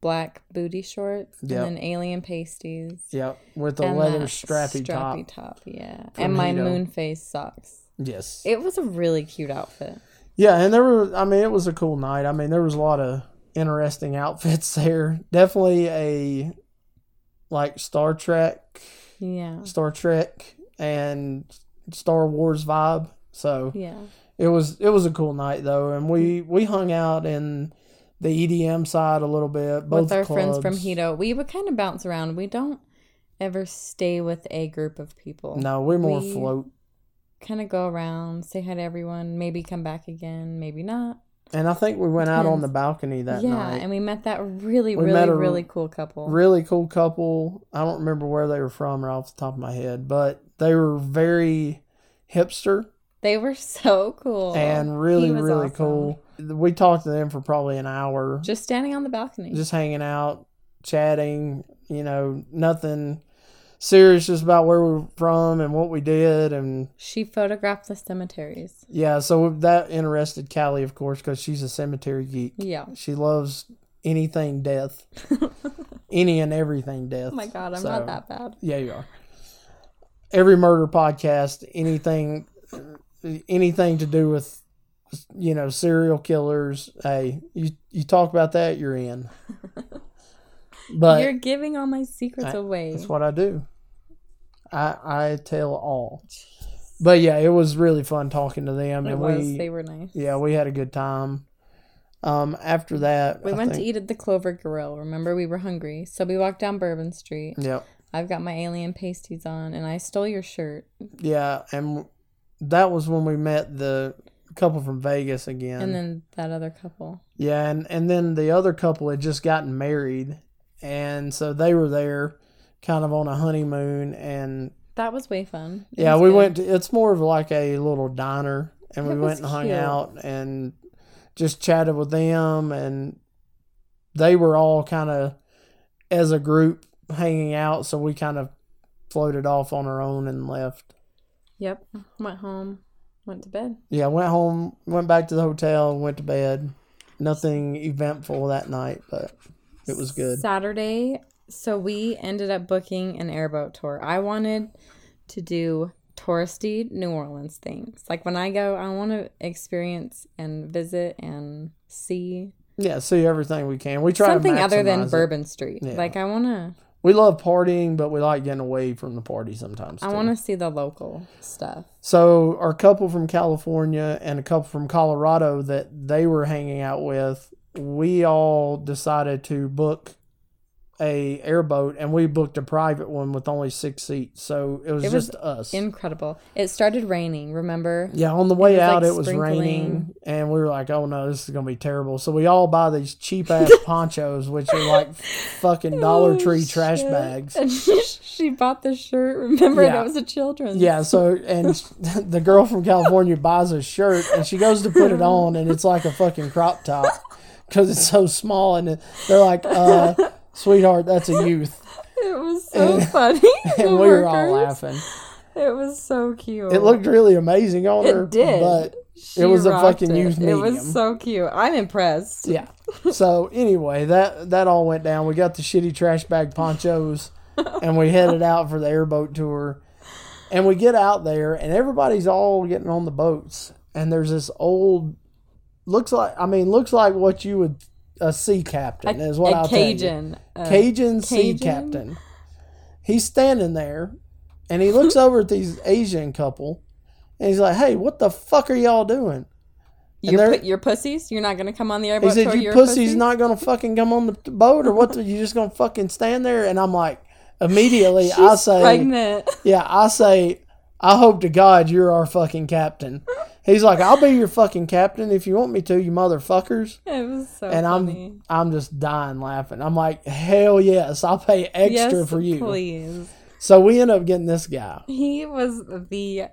Speaker 1: black booty shorts
Speaker 2: Yep.
Speaker 1: and then alien pasties.
Speaker 2: Yep, with the
Speaker 1: and
Speaker 2: leather
Speaker 1: that
Speaker 2: strappy, top.
Speaker 1: strappy top. yeah. And my
Speaker 2: Hito.
Speaker 1: moon face socks.
Speaker 2: Yes.
Speaker 1: It was a really cute outfit.
Speaker 2: yeah, and there were. I mean, it was a cool night. I mean, there was a lot of interesting outfits there. Definitely a like Star Trek,
Speaker 1: Yeah.
Speaker 2: Star Trek, and Star Wars vibe. So
Speaker 1: Yeah.
Speaker 2: it was it was a cool night though, and we we hung out in the EDM side a little bit. Both
Speaker 1: with our friends from
Speaker 2: clubs.
Speaker 1: Hito. We would kind of bounce around. We don't ever stay with a group of people.
Speaker 2: No, we're more
Speaker 1: We-
Speaker 2: float.
Speaker 1: Kind of go around, say hi to everyone, maybe come back again, maybe not.
Speaker 2: And I think we went out on
Speaker 1: Depends.
Speaker 2: the balcony that
Speaker 1: yeah,
Speaker 2: night.
Speaker 1: and we met that really,
Speaker 2: We
Speaker 1: really,
Speaker 2: met a
Speaker 1: really cool couple.
Speaker 2: really cool couple. I don't remember where they were from right off the top of my head, but they were very hipster
Speaker 1: they were so cool.
Speaker 2: and really,
Speaker 1: He was
Speaker 2: really
Speaker 1: awesome.
Speaker 2: cool. We talked to them for probably an hour, just,
Speaker 1: Just standing on the balcony.
Speaker 2: hanging out, chatting, you know, nothing serious, just about where we were from and what we did. And
Speaker 1: she photographed the cemeteries.
Speaker 2: yeah, so that interested Callie, of course, because she's a cemetery geek.
Speaker 1: Yeah.
Speaker 2: She loves anything death, any and everything death.
Speaker 1: Oh my God, I'm
Speaker 2: So-
Speaker 1: not that bad.
Speaker 2: Yeah, you are. Every murder podcast, anything, anything to do with, you know, serial killers. Hey, you you talk about that, you're in. But
Speaker 1: You're giving all my secrets
Speaker 2: I-
Speaker 1: away.
Speaker 2: that's what I do. I I tell all. But yeah, it was really fun talking to them,
Speaker 1: It
Speaker 2: and
Speaker 1: was.
Speaker 2: we
Speaker 1: they were nice.
Speaker 2: yeah we had a good time. Um, after that,
Speaker 1: We
Speaker 2: I
Speaker 1: went
Speaker 2: think-
Speaker 1: to eat at the Clover Grill. Remember, we were hungry, so we walked down Bourbon Street.
Speaker 2: Yep,
Speaker 1: I've got my alien pasties on, and I stole your shirt.
Speaker 2: Yeah, and that was when we met the couple from Vegas again.
Speaker 1: And then that other couple.
Speaker 2: yeah, and and then the other couple had just gotten married, and so they were there, kind of on a honeymoon, and
Speaker 1: That was way fun. It
Speaker 2: yeah,
Speaker 1: was
Speaker 2: we
Speaker 1: good.
Speaker 2: went. To, it's more of like a little diner, and
Speaker 1: It
Speaker 2: we
Speaker 1: was
Speaker 2: went and hung
Speaker 1: cute.
Speaker 2: out and just chatted with them, and they were all kind of as a group hanging out. So we kind of floated off on our own and left.
Speaker 1: Yep. Went home. Went to bed.
Speaker 2: Yeah, went home, went back to the hotel, and went to bed. Nothing eventful that night, but it was good.
Speaker 1: Saturday, so we ended up booking an airboat tour. I wanted to do touristy New Orleans things. Like when I go, I want to experience and visit and see
Speaker 2: Yeah, see everything we can. We try
Speaker 1: something
Speaker 2: to
Speaker 1: other than
Speaker 2: maximize it.
Speaker 1: Bourbon Street.
Speaker 2: Yeah.
Speaker 1: Like I want to
Speaker 2: We love partying, but we like getting away from the party sometimes.
Speaker 1: I
Speaker 2: too.
Speaker 1: want to see the local stuff.
Speaker 2: So our couple from California and a couple from Colorado that they were hanging out with, we all decided to book a airboat and we booked a private one with only six seats. So it was
Speaker 1: It was
Speaker 2: just us.
Speaker 1: Incredible. It started raining, remember?
Speaker 2: yeah, on the way
Speaker 1: was, like,
Speaker 2: out it was raining
Speaker 1: sprinkling.
Speaker 2: and we were like, Oh no, this is gonna be terrible. So we all buy these cheap ass ponchos, which are like fucking Dollar
Speaker 1: Oh,
Speaker 2: Tree trash
Speaker 1: shit.
Speaker 2: bags.
Speaker 1: And she bought the shirt, remember? And
Speaker 2: Yeah.
Speaker 1: it was a children's.
Speaker 2: Yeah, so and the girl from California buys a shirt and she goes to put it on and it's like a fucking crop top because it's so small and it- they're like, uh, "Sweetheart, that's a youth,"
Speaker 1: It was so
Speaker 2: And-
Speaker 1: funny.
Speaker 2: and
Speaker 1: The
Speaker 2: we were all
Speaker 1: workers.
Speaker 2: laughing.
Speaker 1: It was so cute.
Speaker 2: It looked really amazing on
Speaker 1: It
Speaker 2: her,
Speaker 1: did.
Speaker 2: but
Speaker 1: She
Speaker 2: was a
Speaker 1: rocked
Speaker 2: fucking
Speaker 1: it.
Speaker 2: used
Speaker 1: It
Speaker 2: medium.
Speaker 1: was so cute. I'm impressed.
Speaker 2: yeah. So anyway, that that all went down. We got the shitty trash bag ponchos, and we headed out for the airboat tour. And we get out there, and everybody's all getting on the boats. And there's this old, looks like I mean, looks like what you would a sea captain is what
Speaker 1: a
Speaker 2: I'll
Speaker 1: Cajun.
Speaker 2: Cajun,
Speaker 1: uh,
Speaker 2: Cajun sea
Speaker 1: Cajun?
Speaker 2: captain. He's standing there, and he looks over at these Asian couple, and he's like, "Hey, what the fuck are y'all doing?" and
Speaker 1: you're,
Speaker 2: they're-
Speaker 1: pu- you're pussies. You're not gonna come on the
Speaker 2: He
Speaker 1: airboat.
Speaker 2: said,
Speaker 1: tour,
Speaker 2: "You
Speaker 1: you're a
Speaker 2: pussy's
Speaker 1: pussy?"
Speaker 2: not gonna fucking come on the t- boat, or what? The, you just gonna fucking stand there?" And I'm like, immediately, I
Speaker 1: She's
Speaker 2: say,
Speaker 1: pregnant.
Speaker 2: "Yeah, I say, I hope to God you're our fucking captain." He's like, "I'll be your fucking captain if you want me to, you motherfuckers."
Speaker 1: It was so
Speaker 2: And
Speaker 1: funny.
Speaker 2: I'm, I'm just dying laughing. I'm like, "Hell yes, I'll pay extra
Speaker 1: yes,
Speaker 2: for you."
Speaker 1: please.
Speaker 2: So we end up getting this guy.
Speaker 1: He was the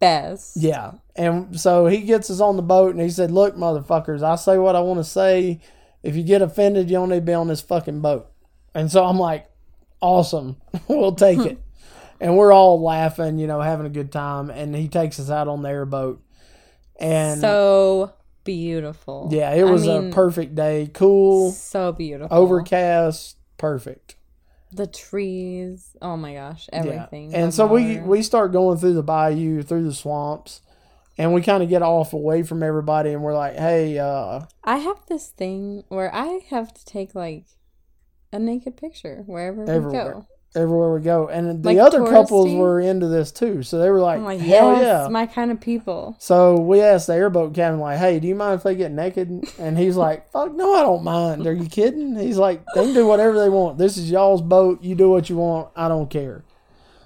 Speaker 1: best.
Speaker 2: Yeah. And so he gets us on the boat and he said, Look, motherfuckers, I say what I want to say. If you get offended, you don't need to be on this fucking boat. And so I'm like, Awesome. we'll take it. And we're all laughing, you know, having a good time. And he takes us out on the airboat. And
Speaker 1: so beautiful.
Speaker 2: yeah, it
Speaker 1: I
Speaker 2: was
Speaker 1: mean,
Speaker 2: a perfect day. Cool,
Speaker 1: So beautiful.
Speaker 2: overcast, perfect.
Speaker 1: the trees. Oh my gosh, everything.
Speaker 2: Yeah. And
Speaker 1: The
Speaker 2: so we
Speaker 1: water.
Speaker 2: we start going through the bayou, through the swamps, and we kind of get off away from everybody, and we're like, "Hey, uh,
Speaker 1: I have this thing where I have to take like a naked picture wherever
Speaker 2: Everywhere.
Speaker 1: we go.
Speaker 2: everywhere we go." And the
Speaker 1: Like
Speaker 2: other couples
Speaker 1: touristy?
Speaker 2: were into this too, so they were like,
Speaker 1: I'm like,
Speaker 2: "Hell
Speaker 1: yes,
Speaker 2: yeah!"
Speaker 1: my kind of people.
Speaker 2: So we asked the airboat captain, like, "Hey, do you mind if they get naked?" And he's like, "Fuck no, I don't mind. Are you kidding?" He's like, "They can do whatever they want. This is y'all's boat. You do what you want. I don't care."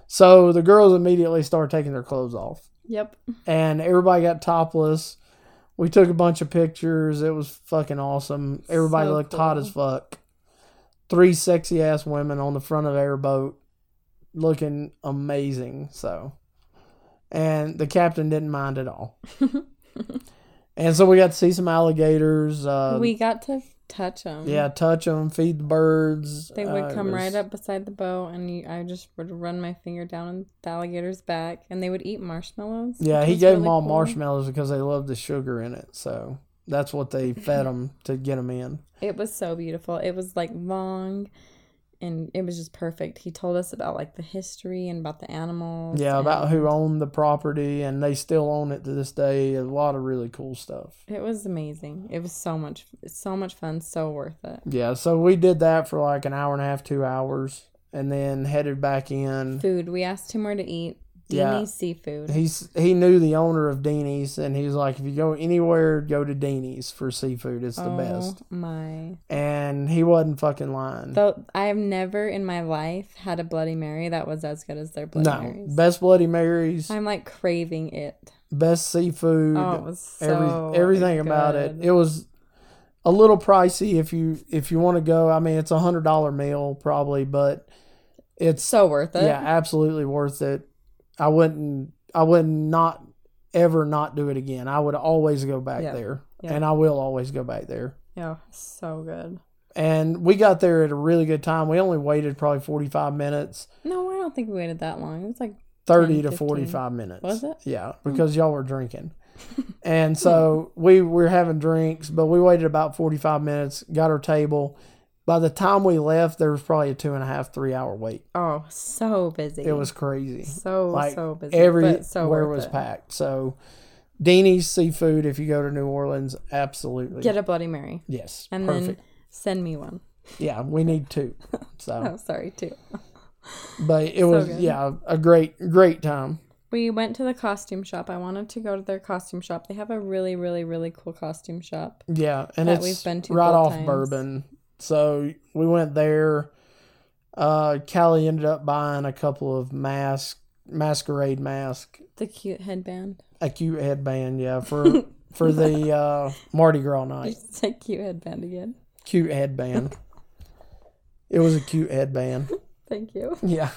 Speaker 2: So the girls immediately start taking their clothes off.
Speaker 1: Yep.
Speaker 2: and everybody got topless. We took a bunch of pictures. It was fucking awesome. Everybody
Speaker 1: So
Speaker 2: looked hot
Speaker 1: cool.
Speaker 2: as fuck. Three sexy ass women on the front of airboat, looking amazing. So, and the captain didn't mind at all. and so we got to see some alligators. Uh,
Speaker 1: we got to touch them.
Speaker 2: yeah, touch them, feed the birds.
Speaker 1: They
Speaker 2: Uh,
Speaker 1: would
Speaker 2: it
Speaker 1: come
Speaker 2: was-
Speaker 1: right up beside the boat, and you, I just would run my finger down the alligator's back, and they would eat marshmallows.
Speaker 2: Yeah,
Speaker 1: which
Speaker 2: he
Speaker 1: was
Speaker 2: gave
Speaker 1: really
Speaker 2: them all
Speaker 1: cool.
Speaker 2: marshmallows because they loved the sugar in it. So that's what they fed them to get them in.
Speaker 1: It was so beautiful. It was like long, and it was just perfect. He told us about like the history and about the animals.
Speaker 2: Yeah, about who
Speaker 1: and
Speaker 2: owned the property, and they still own it to this day. A lot of really cool stuff.
Speaker 1: It was amazing. It was so much, so much fun, so worth it.
Speaker 2: Yeah, so we did that for like an hour and a half, two hours, and then headed back in.
Speaker 1: food. We asked him where to eat.
Speaker 2: Yeah.
Speaker 1: Deanie's seafood.
Speaker 2: He's he knew the owner of Deanie's, and he was like, if you go anywhere, go to Deanie's for seafood. It's the
Speaker 1: oh
Speaker 2: best.
Speaker 1: my!
Speaker 2: And he wasn't fucking lying.
Speaker 1: Though I have never in my life had a Bloody Mary that was as good as their Bloody
Speaker 2: no,
Speaker 1: Marys.
Speaker 2: best Bloody Marys,
Speaker 1: I'm like craving it.
Speaker 2: best seafood,
Speaker 1: Oh, it was
Speaker 2: every,
Speaker 1: so
Speaker 2: everything about it.
Speaker 1: good.
Speaker 2: It was a little pricey if you if you want to go. I mean, it's a hundred dollar meal probably, but it's
Speaker 1: so worth it.
Speaker 2: yeah, absolutely worth it. I wouldn't I would not ever not do it again. I would always go back
Speaker 1: Yeah.
Speaker 2: there.
Speaker 1: Yeah.
Speaker 2: And I will always go back there.
Speaker 1: Yeah, so good.
Speaker 2: And we got there at a really good time. We only waited probably 45 minutes,
Speaker 1: No, I don't think we waited that long. It was like
Speaker 2: 30 to
Speaker 1: 15.
Speaker 2: 45 minutes.
Speaker 1: Was it? Hmm.
Speaker 2: Yeah, because y'all were drinking. and so we were having drinks, but we waited about 45 minutes, got our table. By the time we left, there was probably a two and a half, three hour wait.
Speaker 1: oh, so busy.
Speaker 2: It was crazy.
Speaker 1: so
Speaker 2: like
Speaker 1: so busy.
Speaker 2: everywhere
Speaker 1: but so worth
Speaker 2: was
Speaker 1: it.
Speaker 2: packed. So Deanie's seafood, if you go to New Orleans, absolutely.
Speaker 1: Get a Bloody Mary
Speaker 2: yes.
Speaker 1: and
Speaker 2: perfect.
Speaker 1: then send me one.
Speaker 2: yeah, we need two. So
Speaker 1: Oh, sorry too.
Speaker 2: but it was
Speaker 1: good.
Speaker 2: yeah, a great great time.
Speaker 1: We went to the costume shop. I wanted to go to their costume shop. They have a really, really, really cool costume shop.
Speaker 2: Yeah. And
Speaker 1: That
Speaker 2: it's
Speaker 1: we've been to
Speaker 2: right
Speaker 1: both
Speaker 2: off
Speaker 1: times.
Speaker 2: bourbon. So we went there. Uh Callie ended up buying a couple of mask masquerade mask,
Speaker 1: The cute headband.
Speaker 2: a cute headband, yeah, for for the uh Mardi Gras night.
Speaker 1: You said cute headband again.
Speaker 2: cute headband. it was a cute headband.
Speaker 1: Thank you.
Speaker 2: Yeah.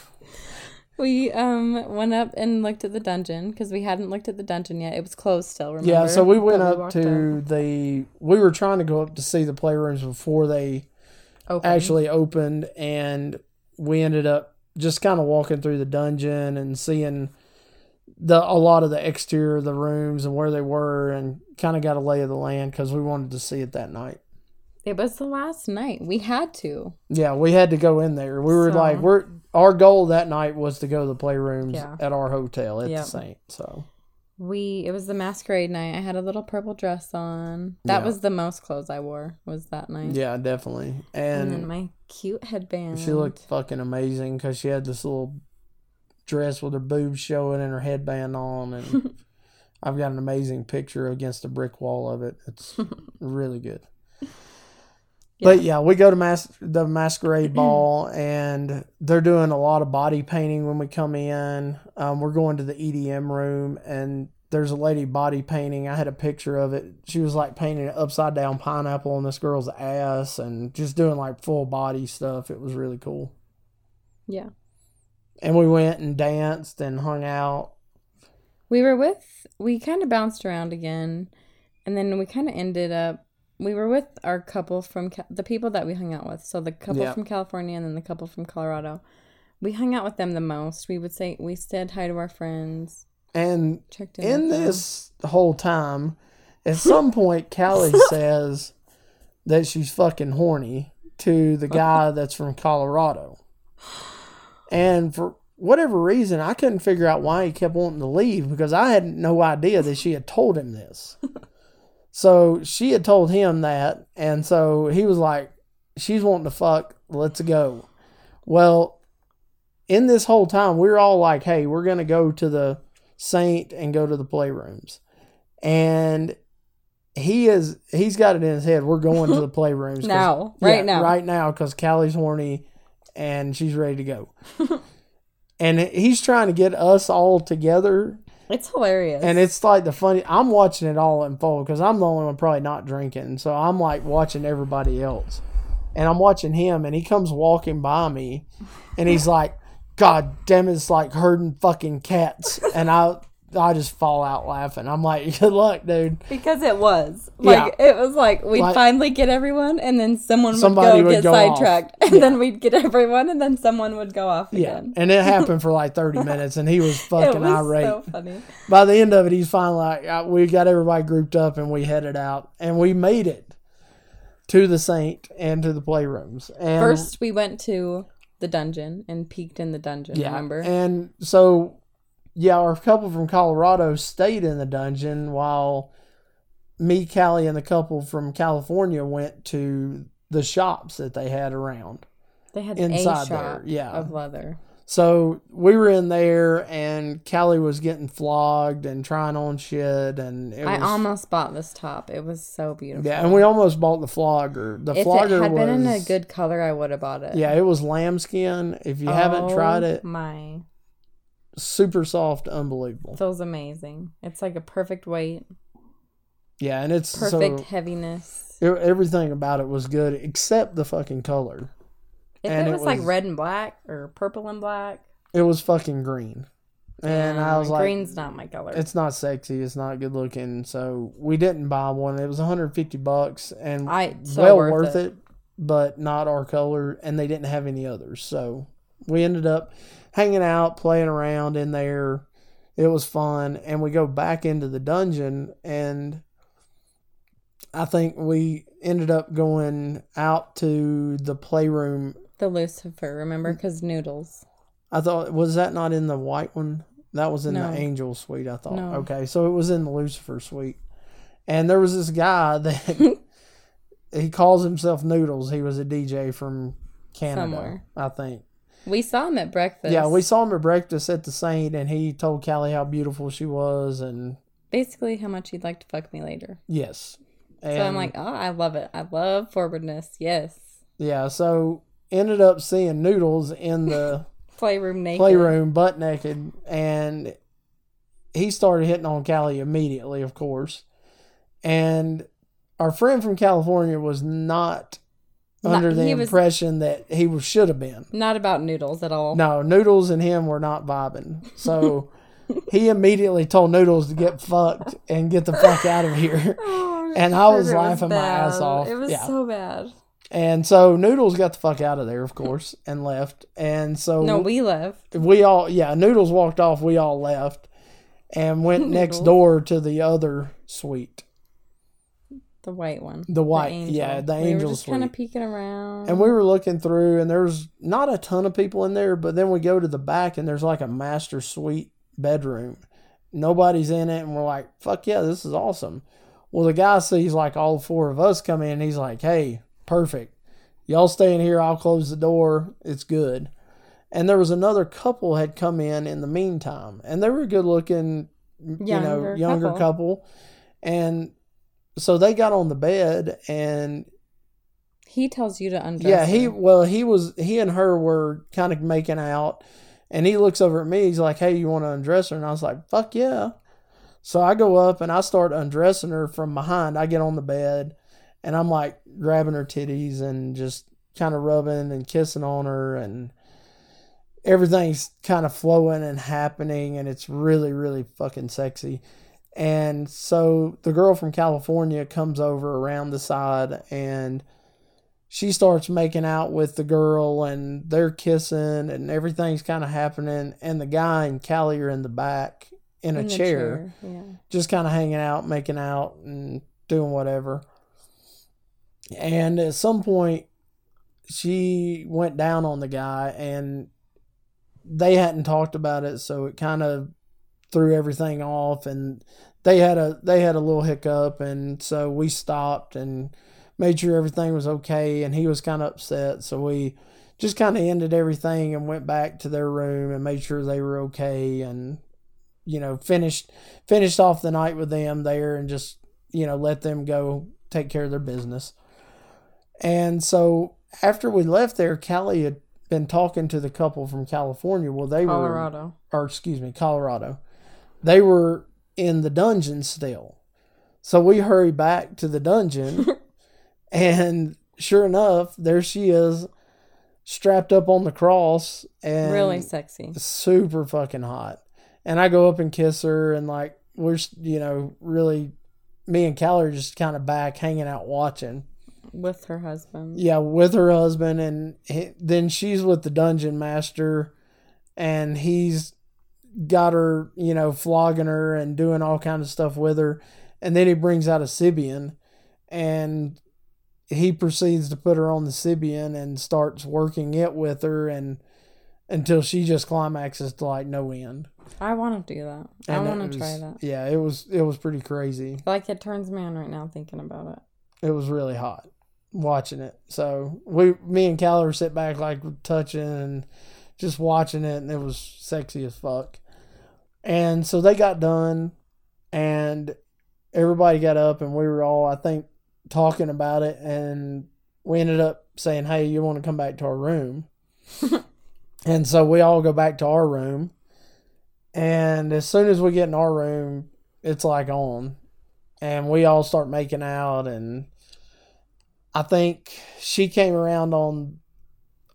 Speaker 1: We um went up and looked at the dungeon because we hadn't looked at the dungeon yet. It was closed still. Remember?
Speaker 2: Yeah, so we went
Speaker 1: But
Speaker 2: up
Speaker 1: walked
Speaker 2: to the we were trying to go up to see the playrooms before they
Speaker 1: Open.
Speaker 2: actually opened and we ended up just kind of walking through the dungeon and seeing the a lot of the exterior of the rooms and where they were and kind of got a lay of the land cuz we wanted to see it that night.
Speaker 1: It was the last night. We had to.
Speaker 2: Yeah, we had to go in there. We were
Speaker 1: So-
Speaker 2: like we're our goal that night was to go to the playrooms
Speaker 1: Yeah.
Speaker 2: at our hotel at
Speaker 1: Yep.
Speaker 2: the Saint. So
Speaker 1: We it was the masquerade night. I had a little purple dress on. That
Speaker 2: Yeah.
Speaker 1: was the most clothes I wore was that night.
Speaker 2: Yeah, definitely.
Speaker 1: And then
Speaker 2: And,
Speaker 1: my cute headband.
Speaker 2: she looked fucking amazing because she had this little dress with her boobs showing and her headband on. And I've got an amazing picture against the brick wall of it. It's really good. But yeah, we go to mas- the masquerade ball, and they're doing a lot of body painting when we come in. Um, we're going to the EDM room, and there's a lady body painting. I had a picture of it. She was like painting an upside down pineapple on this girl's ass, and just doing like full body stuff. It was really cool.
Speaker 1: Yeah.
Speaker 2: And we went and danced and hung out.
Speaker 1: We were with we kind of bounced around again, and then we kind of ended up. We were with our couple from Ca- the people that we hung out with. So the couple
Speaker 2: Yeah.
Speaker 1: from California and then the couple from Colorado. We hung out with them the most. We would say we said hi to our friends.
Speaker 2: And
Speaker 1: Checked in.
Speaker 2: in
Speaker 1: with them.
Speaker 2: this whole time, at some point, Callie says that she's fucking horny to the guy that's from Colorado. And for whatever reason, I couldn't figure out why he kept wanting to leave because I had no idea that she had told him this. So she had told him that. And so he was like, she's wanting to fuck. Let's go. Well, in this whole time, we were all like, hey, we're going to go to the Saint and go to the playrooms. And he is he's got it in his head. We're going to the playrooms 'cause-
Speaker 1: now, right
Speaker 2: yeah,
Speaker 1: now,
Speaker 2: right now, because Callie's horny and she's ready to go. and he's trying to get us all together,
Speaker 1: it's hilarious.
Speaker 2: and it's like the funny. I'm watching it all unfold because I'm the only one probably not drinking, so I'm like watching everybody else, and I'm watching him, and he comes walking by me, and he's like, "God damn, it, it's like herding fucking cats," and I. I just fall out laughing. I'm like, good luck, dude.
Speaker 1: Because it was like it was like we'd
Speaker 2: Like-
Speaker 1: finally get everyone, and then someone would
Speaker 2: Somebody
Speaker 1: go
Speaker 2: would
Speaker 1: get
Speaker 2: go off.
Speaker 1: sidetracked, and then we'd get everyone, and then someone would go off
Speaker 2: Yeah.
Speaker 1: again.
Speaker 2: And it happened for like 30 minutes, and he was
Speaker 1: It
Speaker 2: fucking
Speaker 1: was
Speaker 2: irate.
Speaker 1: so funny.
Speaker 2: by the end of it, he's finally like, "Uh, we got everybody grouped up and we headed out and we made it to the Saint and to the playrooms. And
Speaker 1: First, we went to the dungeon and peeked in the dungeon.
Speaker 2: yeah,
Speaker 1: remember?
Speaker 2: and so yeah, our couple from Colorado stayed in the dungeon while me, Callie, and the couple from California went to the shops that they had around.
Speaker 1: they had
Speaker 2: inside
Speaker 1: a shop
Speaker 2: there, yeah.
Speaker 1: of leather.
Speaker 2: So we were in there, and Callie was getting flogged and trying on shit, and it
Speaker 1: I
Speaker 2: was,
Speaker 1: almost bought this top. It was so beautiful.
Speaker 2: yeah, and we almost bought the flogger. The
Speaker 1: if
Speaker 2: flogger
Speaker 1: it had
Speaker 2: was
Speaker 1: been in a good color, I would have bought it.
Speaker 2: yeah, it was lambskin. If you haven't
Speaker 1: Oh
Speaker 2: tried it,
Speaker 1: My
Speaker 2: super soft, unbelievable.
Speaker 1: feels amazing. It's like a perfect weight,
Speaker 2: Yeah, and it's
Speaker 1: perfect
Speaker 2: so
Speaker 1: heaviness.
Speaker 2: e- everything about it was good except the fucking color.
Speaker 1: If
Speaker 2: and
Speaker 1: it
Speaker 2: it
Speaker 1: was, like
Speaker 2: was-
Speaker 1: red and black or purple and black,
Speaker 2: It was fucking green, and I
Speaker 1: mm,
Speaker 2: was like,
Speaker 1: green's not my color.
Speaker 2: it's not sexy, it's not good looking, so we didn't buy one. It was 150 bucks, and
Speaker 1: I so
Speaker 2: well
Speaker 1: worth, it.
Speaker 2: but not our color, and they didn't have any others. So we ended up hanging out, playing around in there. It was fun, and we go back into the dungeon, and I think we ended up going out to the playroom.
Speaker 1: The Lucifer, remember?
Speaker 2: Mm.
Speaker 1: Because noodles.
Speaker 2: I thought was that not in the white one? That was in
Speaker 1: No.
Speaker 2: the angel suite. I thought
Speaker 1: No.
Speaker 2: okay, so it was in the Lucifer suite, and there was this guy that he calls himself Noodles. He was a DJ from Canada,
Speaker 1: Somewhere.
Speaker 2: I think.
Speaker 1: we saw him at breakfast.
Speaker 2: Yeah, we saw him at breakfast at the Saint, and he told Callie how beautiful she was, and
Speaker 1: basically how much he'd like to fuck me later.
Speaker 2: yes.
Speaker 1: So I'm
Speaker 2: And,
Speaker 1: like, oh, I love it. I love forwardness. Yes,
Speaker 2: yeah. So ended up seeing Noodles in the
Speaker 1: playroom naked.
Speaker 2: playroom, butt naked, and he started hitting on Callie immediately, of course. And our friend from California was not,
Speaker 1: Not-
Speaker 2: under the
Speaker 1: he was-
Speaker 2: impression that he was- should have been.
Speaker 1: Not about noodles at all.
Speaker 2: No, Noodles and him were not vibing. So he immediately told Noodles to get fucked and get the fuck out of here.
Speaker 1: Oh,
Speaker 2: And I was
Speaker 1: sugar
Speaker 2: laughing my ass
Speaker 1: bad.
Speaker 2: off.
Speaker 1: It was
Speaker 2: Yeah.
Speaker 1: so bad.
Speaker 2: And so Noodles got the fuck out of there, of course, and left. And so
Speaker 1: No, we left.
Speaker 2: we all, yeah, Noodles walked off. We all left and went next
Speaker 1: Noodles.
Speaker 2: door to the other suite.
Speaker 1: The white one.
Speaker 2: The white- yeah, the
Speaker 1: We
Speaker 2: angel
Speaker 1: were just kind of
Speaker 2: suite.
Speaker 1: peeking around.
Speaker 2: And we were looking through, and there's not a ton of people in there. But then we go to the back, and there's like a master suite bedroom. Nobody's in it, and we're like, "Fuck yeah, this is awesome." Well, the guy sees like all four of us come in, and he's like, "Hey, perfect. Y'all stay in here. I'll close the door. It's good." And there was another couple had come in in the meantime, and they were a good looking, you know,
Speaker 1: Younger
Speaker 2: younger
Speaker 1: couple.
Speaker 2: couple, and so they got on the bed and
Speaker 1: he tells you to undress.
Speaker 2: yeah, he
Speaker 1: him.
Speaker 2: well, he was he and her were kind of making out, and he looks over at me. He's like, "Hey, you want to undress her?" And I was like, "Fuck yeah!" So I go up and I start undressing her from behind. I get on the bed, and I'm like grabbing her titties and just kind of rubbing and kissing on her, and everything's kind of flowing and happening, and it's really really fucking sexy. And so the girl from California comes over around the side and she starts making out with the girl and they're kissing and everything's kind of happening. And the guy and Callie are in the back in a
Speaker 1: In the
Speaker 2: chair,
Speaker 1: chair,
Speaker 2: just kind of hanging out, making out and doing whatever. And at some point, she went down on the guy and they hadn't talked about it. So it kind of threw everything off and they had a, they had a little hiccup. And so we stopped and made sure everything was okay. And he was kind of upset. So we just kind of ended everything and went back to their room and made sure they were okay. And, you know, finished, finished off the night with them there and just, you know, let them go take care of their business. And so after we left there, Callie had been talking to the couple from California. Well, they
Speaker 1: yeah.
Speaker 2: were,
Speaker 1: Colorado.
Speaker 2: or excuse me, Colorado. They were in the dungeon still. So we hurry back to the dungeon, and sure enough, there she is, strapped up on the cross, and
Speaker 1: Really sexy.
Speaker 2: super fucking hot. And I go up and kiss her, and like we're s- you know really, me and Callie are just kind of back hanging out watching.
Speaker 1: With her husband.
Speaker 2: Yeah, with her husband, and he, then she's with the dungeon master, and he's got her, you know, flogging her and doing all kinds of stuff with her, and then he brings out a Sibian, and he proceeds to put her on the Sibian and starts working it with her, and until she just climaxes to like no end.
Speaker 1: I want to do that. I
Speaker 2: And it
Speaker 1: want
Speaker 2: was-
Speaker 1: to try that.
Speaker 2: Yeah, it was it was pretty crazy.
Speaker 1: Like it turns me on right now thinking about it.
Speaker 2: it was really hot watching it. So we, me and Callie were sit back like touching and
Speaker 3: just watching it, and it was sexy as fuck. And so they got done, and everybody got up, and we were all, I think, talking about it, and we ended up saying, "Hey, you want to come back to our room?" and so we all go back to our room, and as soon as we get in our room, it's like on, and we all start making out, and I think she came around on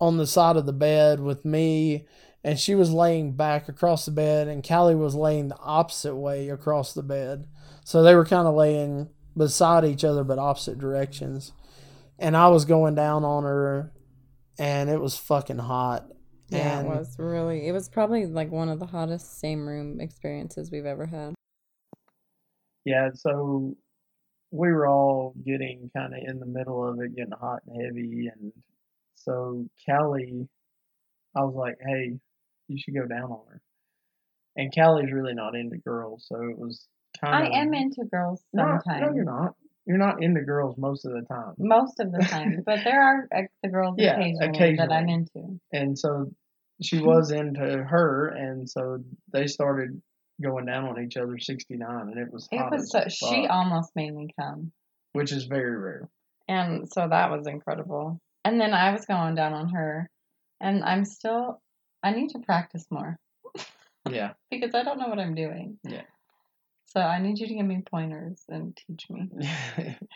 Speaker 3: on the side of the bed with me and she was laying back across the bed and Callie was laying the opposite way across the bed. So they were kind of laying beside each other but opposite directions. And I was going down on her and it was fucking hot.
Speaker 4: Yeah,
Speaker 3: and
Speaker 4: it was really. It was probably like one of the hottest same room experiences we've ever had.
Speaker 2: Yeah, so we were all getting kind of in the middle of it, getting hot and heavy. And so Callie, I was like, hey, you should go down on her. And Callie's really not into girls, so it was kind
Speaker 1: I
Speaker 2: of.
Speaker 1: am into girls
Speaker 2: No,
Speaker 1: sometimes.
Speaker 2: no, you're not. You're not into girls most of the time.
Speaker 1: Most of the time, but there are uh, the girls
Speaker 2: Yeah,
Speaker 1: occasionally, that I'm into.
Speaker 2: and so she
Speaker 1: Hmm.
Speaker 2: was into her, and so they started going down on each other. Sixty nine, and it was
Speaker 1: It
Speaker 2: hot
Speaker 1: was
Speaker 2: as
Speaker 1: so,
Speaker 2: fuck,
Speaker 1: she almost made me come,
Speaker 2: which is very rare.
Speaker 1: and so that was incredible. And then I was going down on her, and I'm still. I need to practice more
Speaker 2: Yeah,
Speaker 1: because I don't know what I'm doing.
Speaker 2: Yeah.
Speaker 1: So I need you to give me pointers and teach me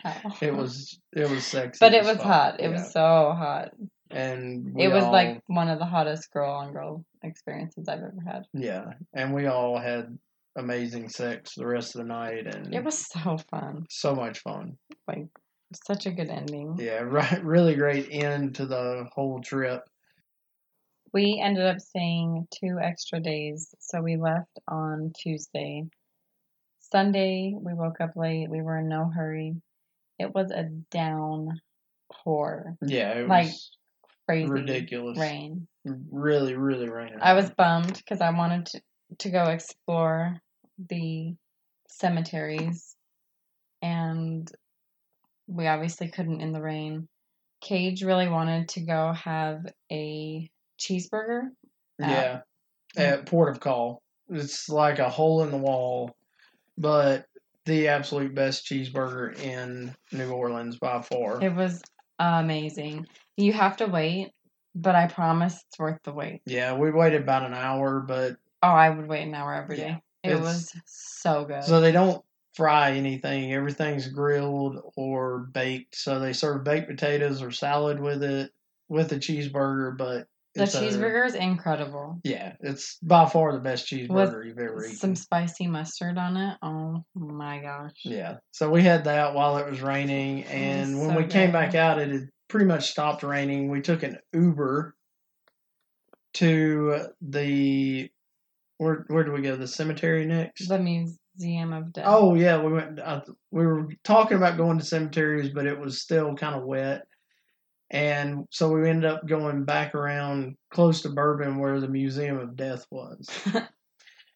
Speaker 1: how.
Speaker 2: it was it was sexy,
Speaker 1: But it
Speaker 2: as
Speaker 1: was
Speaker 2: fuck,
Speaker 1: hot. It
Speaker 2: yeah.
Speaker 1: was so hot.
Speaker 2: and we
Speaker 1: it was
Speaker 2: all-
Speaker 1: like one of the hottest girl on girl experiences I've ever had.
Speaker 2: yeah, and we all had amazing sex the rest of the night, and
Speaker 1: It was so fun.
Speaker 2: so much fun.
Speaker 1: Like such a good ending.
Speaker 2: Yeah, right, really great end to the whole trip.
Speaker 1: We ended up staying two extra days, so we left on Tuesday. Sunday, we woke up late. We were in no hurry. It was a downpour,
Speaker 2: Yeah, it
Speaker 1: Like,
Speaker 2: was
Speaker 1: crazy
Speaker 2: ridiculous.
Speaker 1: rain.
Speaker 2: Really, really raining.
Speaker 1: I was bummed because I wanted to, to go explore the cemeteries, and we obviously couldn't in the rain. Cage really wanted to go have a cheeseburger. at-
Speaker 2: Yeah. At Port of Call. It's like a hole in the wall, but the absolute best cheeseburger in New Orleans by far.
Speaker 1: It was amazing. You have to wait, but I promise it's worth the wait.
Speaker 2: Yeah, we waited about an hour, but
Speaker 1: Oh, I would wait an hour every day.
Speaker 2: Yeah.
Speaker 1: It
Speaker 2: It's-
Speaker 1: was so good.
Speaker 2: so they don't fry anything. Everything's grilled or baked. So they serve baked potatoes or salad with it with a cheeseburger, but
Speaker 1: the
Speaker 2: it's a-
Speaker 1: cheeseburger is incredible.
Speaker 2: yeah, it's by far the best cheeseburger you've ever eaten.
Speaker 1: Some spicy mustard on it. Oh my gosh.
Speaker 2: Yeah. So we had that while it was raining, and when
Speaker 1: so
Speaker 2: we came
Speaker 1: good.
Speaker 2: back out, it had pretty much stopped raining. We took an Uber to the where where did we go? The cemetery next.
Speaker 1: The Museum of Death.
Speaker 2: oh yeah, we went. Uh, we were talking about going to cemeteries, but it was still kind of wet. And so we ended up going back around close to Bourbon where the Museum of Death was.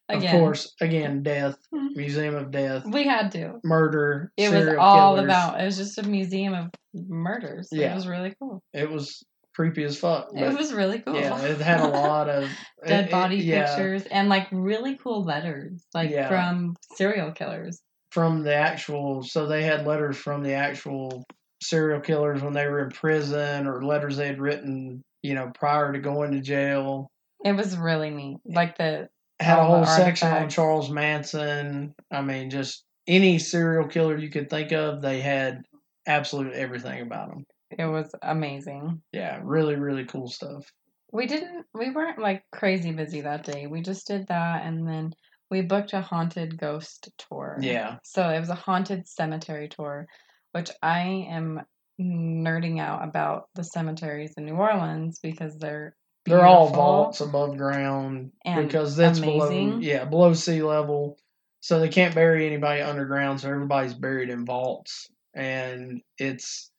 Speaker 1: again.
Speaker 2: Of course, again, death,
Speaker 1: Mhm.
Speaker 2: Museum of Death,
Speaker 1: We had to.
Speaker 2: murder.
Speaker 1: It was
Speaker 2: serial
Speaker 1: all
Speaker 2: killers.
Speaker 1: about. It was just a museum of murders. It
Speaker 2: Yeah.
Speaker 1: was really cool.
Speaker 2: it was creepy as fuck.
Speaker 1: It
Speaker 2: but,
Speaker 1: was really cool.
Speaker 2: yeah, it had a lot of
Speaker 1: dead
Speaker 2: it- it-
Speaker 1: body
Speaker 2: yeah,
Speaker 1: pictures and like really cool letters, like
Speaker 2: Yeah.
Speaker 1: from serial killers.
Speaker 2: from the actual. So they had letters from the actual serial killers when they were in prison, or letters they had written, you know, prior to going to jail.
Speaker 1: It was really neat. Like the
Speaker 2: Had a
Speaker 1: All
Speaker 2: whole
Speaker 1: the
Speaker 2: section on
Speaker 1: artifacts.
Speaker 2: Charles Manson. I mean, just any serial killer you could think of, they had absolute everything about them.
Speaker 1: it was amazing.
Speaker 2: Yeah, really, really cool stuff.
Speaker 1: We didn't we weren't like crazy busy that day. We just did that and then we booked a haunted ghost tour.
Speaker 2: Yeah,
Speaker 1: So it was a haunted cemetery tour, which I am nerding out about the cemeteries in New Orleans because they're
Speaker 2: they're all
Speaker 1: beautiful.
Speaker 2: vaults above ground.
Speaker 1: and
Speaker 2: because that's below
Speaker 1: amazing.
Speaker 2: yeah below sea level so they can't bury anybody underground so everybody's buried in vaults and it's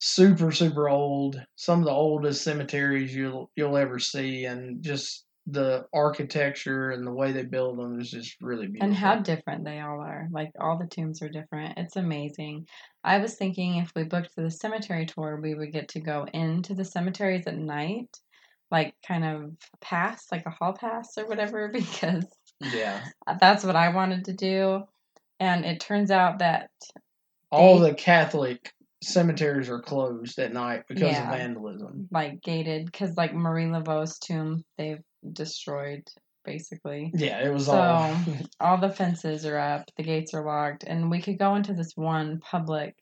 Speaker 2: super super old some of the oldest cemeteries you'll you'll ever see and just the architecture and the way they build them is just really beautiful
Speaker 1: and how different they all are. Like all the tombs are different. It's amazing. I was thinking if we booked for the cemetery tour, we would get to go into the cemeteries at night, like kind of pass, like a hall pass or whatever, because
Speaker 2: Yeah.
Speaker 1: that's what I wanted to do. And it turns out that
Speaker 2: All
Speaker 1: They-
Speaker 2: the Catholic cemeteries are closed at night because
Speaker 1: Yeah.
Speaker 2: of vandalism.
Speaker 1: like gated because like Marie Laveau's tomb they've destroyed basically.
Speaker 2: Yeah, it was
Speaker 1: So-
Speaker 2: all.
Speaker 1: All the fences are up, the gates are locked, and we could go into this one public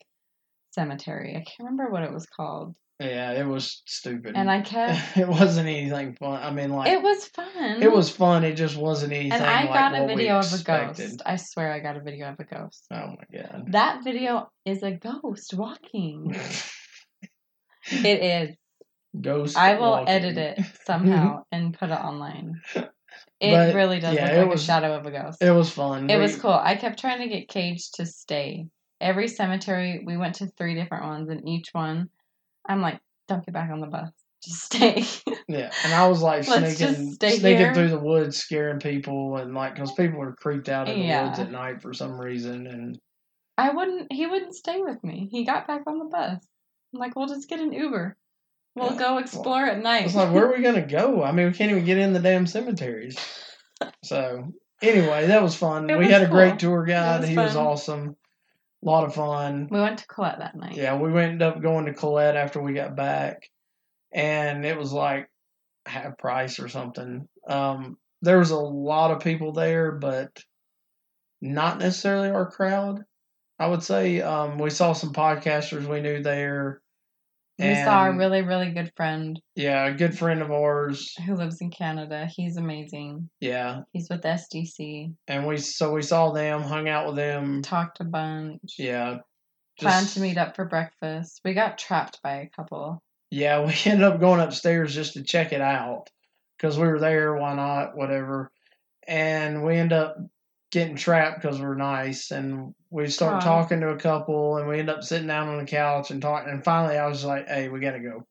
Speaker 1: cemetery. I can't remember what it was called.
Speaker 2: Yeah, it was stupid.
Speaker 1: And I kept
Speaker 2: it wasn't anything fun. I mean, like
Speaker 1: it was fun.
Speaker 2: it was fun. It just wasn't anything.
Speaker 1: and I
Speaker 2: like
Speaker 1: got a
Speaker 2: what we
Speaker 1: video of a
Speaker 2: expected.
Speaker 1: ghost. I swear I got a video of a ghost.
Speaker 2: Oh my god.
Speaker 1: That video is a ghost walking. It is.
Speaker 2: Ghost.
Speaker 1: I will
Speaker 2: walking.
Speaker 1: edit it somehow and put it online. It
Speaker 2: But,
Speaker 1: really does
Speaker 2: yeah,
Speaker 1: look
Speaker 2: it
Speaker 1: like
Speaker 2: was-
Speaker 1: a shadow of a ghost.
Speaker 2: It was fun.
Speaker 1: It
Speaker 2: We-
Speaker 1: was cool. I kept trying to get Cage to stay. Every cemetery, we went to three different ones, and each one, I'm like, don't get back on the bus. Just stay.
Speaker 2: Yeah, and I was like
Speaker 1: Let's
Speaker 2: sneaking,
Speaker 1: just stay
Speaker 2: sneaking
Speaker 1: here.
Speaker 2: through the woods, scaring people, and like because people are creeped out in the
Speaker 1: Yeah.
Speaker 2: woods at night for some reason, and
Speaker 1: I wouldn't, he wouldn't stay with me. He got back on the bus. I'm like, we'll just get an Uber. We'll
Speaker 2: Yeah,
Speaker 1: go explore at
Speaker 2: I
Speaker 1: night.
Speaker 2: was like, "Where are we gonna go? I mean, we can't even get in the damn cemeteries." So anyway, that was fun.
Speaker 1: It
Speaker 2: we
Speaker 1: was
Speaker 2: had a great
Speaker 1: cool.
Speaker 2: tour guide.
Speaker 1: was
Speaker 2: he was
Speaker 1: fun.
Speaker 2: awesome. A lot of fun.
Speaker 1: we went to Colette that night.
Speaker 2: Yeah, we ended up going to Colette after we got back, and it was like half price or something. Um, there was a lot of people there, but not necessarily our crowd. I would say um, we saw some podcasters we knew there.
Speaker 1: we saw a
Speaker 2: and,
Speaker 1: really, really good friend
Speaker 2: yeah, a good friend of ours.
Speaker 1: who lives in Canada. He's amazing.
Speaker 2: Yeah,
Speaker 1: He's with SDC.
Speaker 2: and we so we saw them, hung out with them.
Speaker 1: Talked a bunch.
Speaker 2: Yeah,
Speaker 1: Planned to meet up for breakfast. We got trapped by a couple.
Speaker 2: Yeah, we ended up going upstairs just to check it out because we were there. Why not? Whatever. And we end up getting trapped because we're nice, and we start
Speaker 1: Aw.
Speaker 2: talking to a couple, and we end up sitting down on the couch and talking. And finally, I was like, "Hey, we gotta go."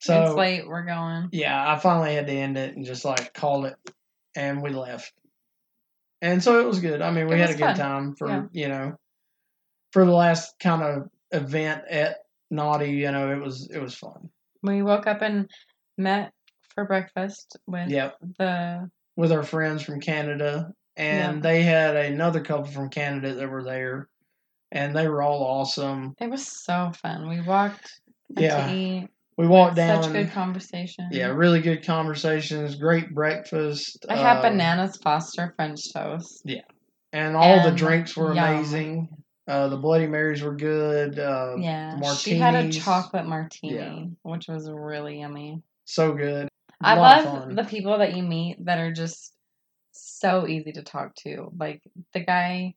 Speaker 2: So
Speaker 1: it's late. We're going.
Speaker 2: yeah, I finally had to end it and just like call it, and we left. And so it was good. I mean, we
Speaker 1: It
Speaker 2: had a
Speaker 1: was fun.
Speaker 2: good time for
Speaker 1: Yeah.
Speaker 2: you know, for the last kind of event at Naughty. You know, it was it was fun.
Speaker 1: We woke up and met for breakfast with
Speaker 2: Yep.
Speaker 1: the
Speaker 2: with our friends from Canada, and
Speaker 1: Yeah.
Speaker 2: they had another couple from Canada that were there, and they were all awesome.
Speaker 1: it was so fun. We walked went
Speaker 2: Yeah.
Speaker 1: to eat.
Speaker 2: We walked down.
Speaker 1: Such good conversation.
Speaker 2: yeah, really good conversations, great breakfast.
Speaker 1: I had
Speaker 2: uh,
Speaker 1: bananas foster French toast.
Speaker 2: and all the
Speaker 1: and
Speaker 2: drinks were
Speaker 1: yum.
Speaker 2: amazing. Uh, the Bloody Marys were good. Uh,
Speaker 1: Yeah.
Speaker 2: the
Speaker 1: She had a
Speaker 2: martinis.
Speaker 1: chocolate martini, which was really yummy.
Speaker 2: So good.
Speaker 1: I
Speaker 2: Lot of
Speaker 1: love
Speaker 2: fun.
Speaker 1: the people that you meet that are just so easy to talk to. Like the guy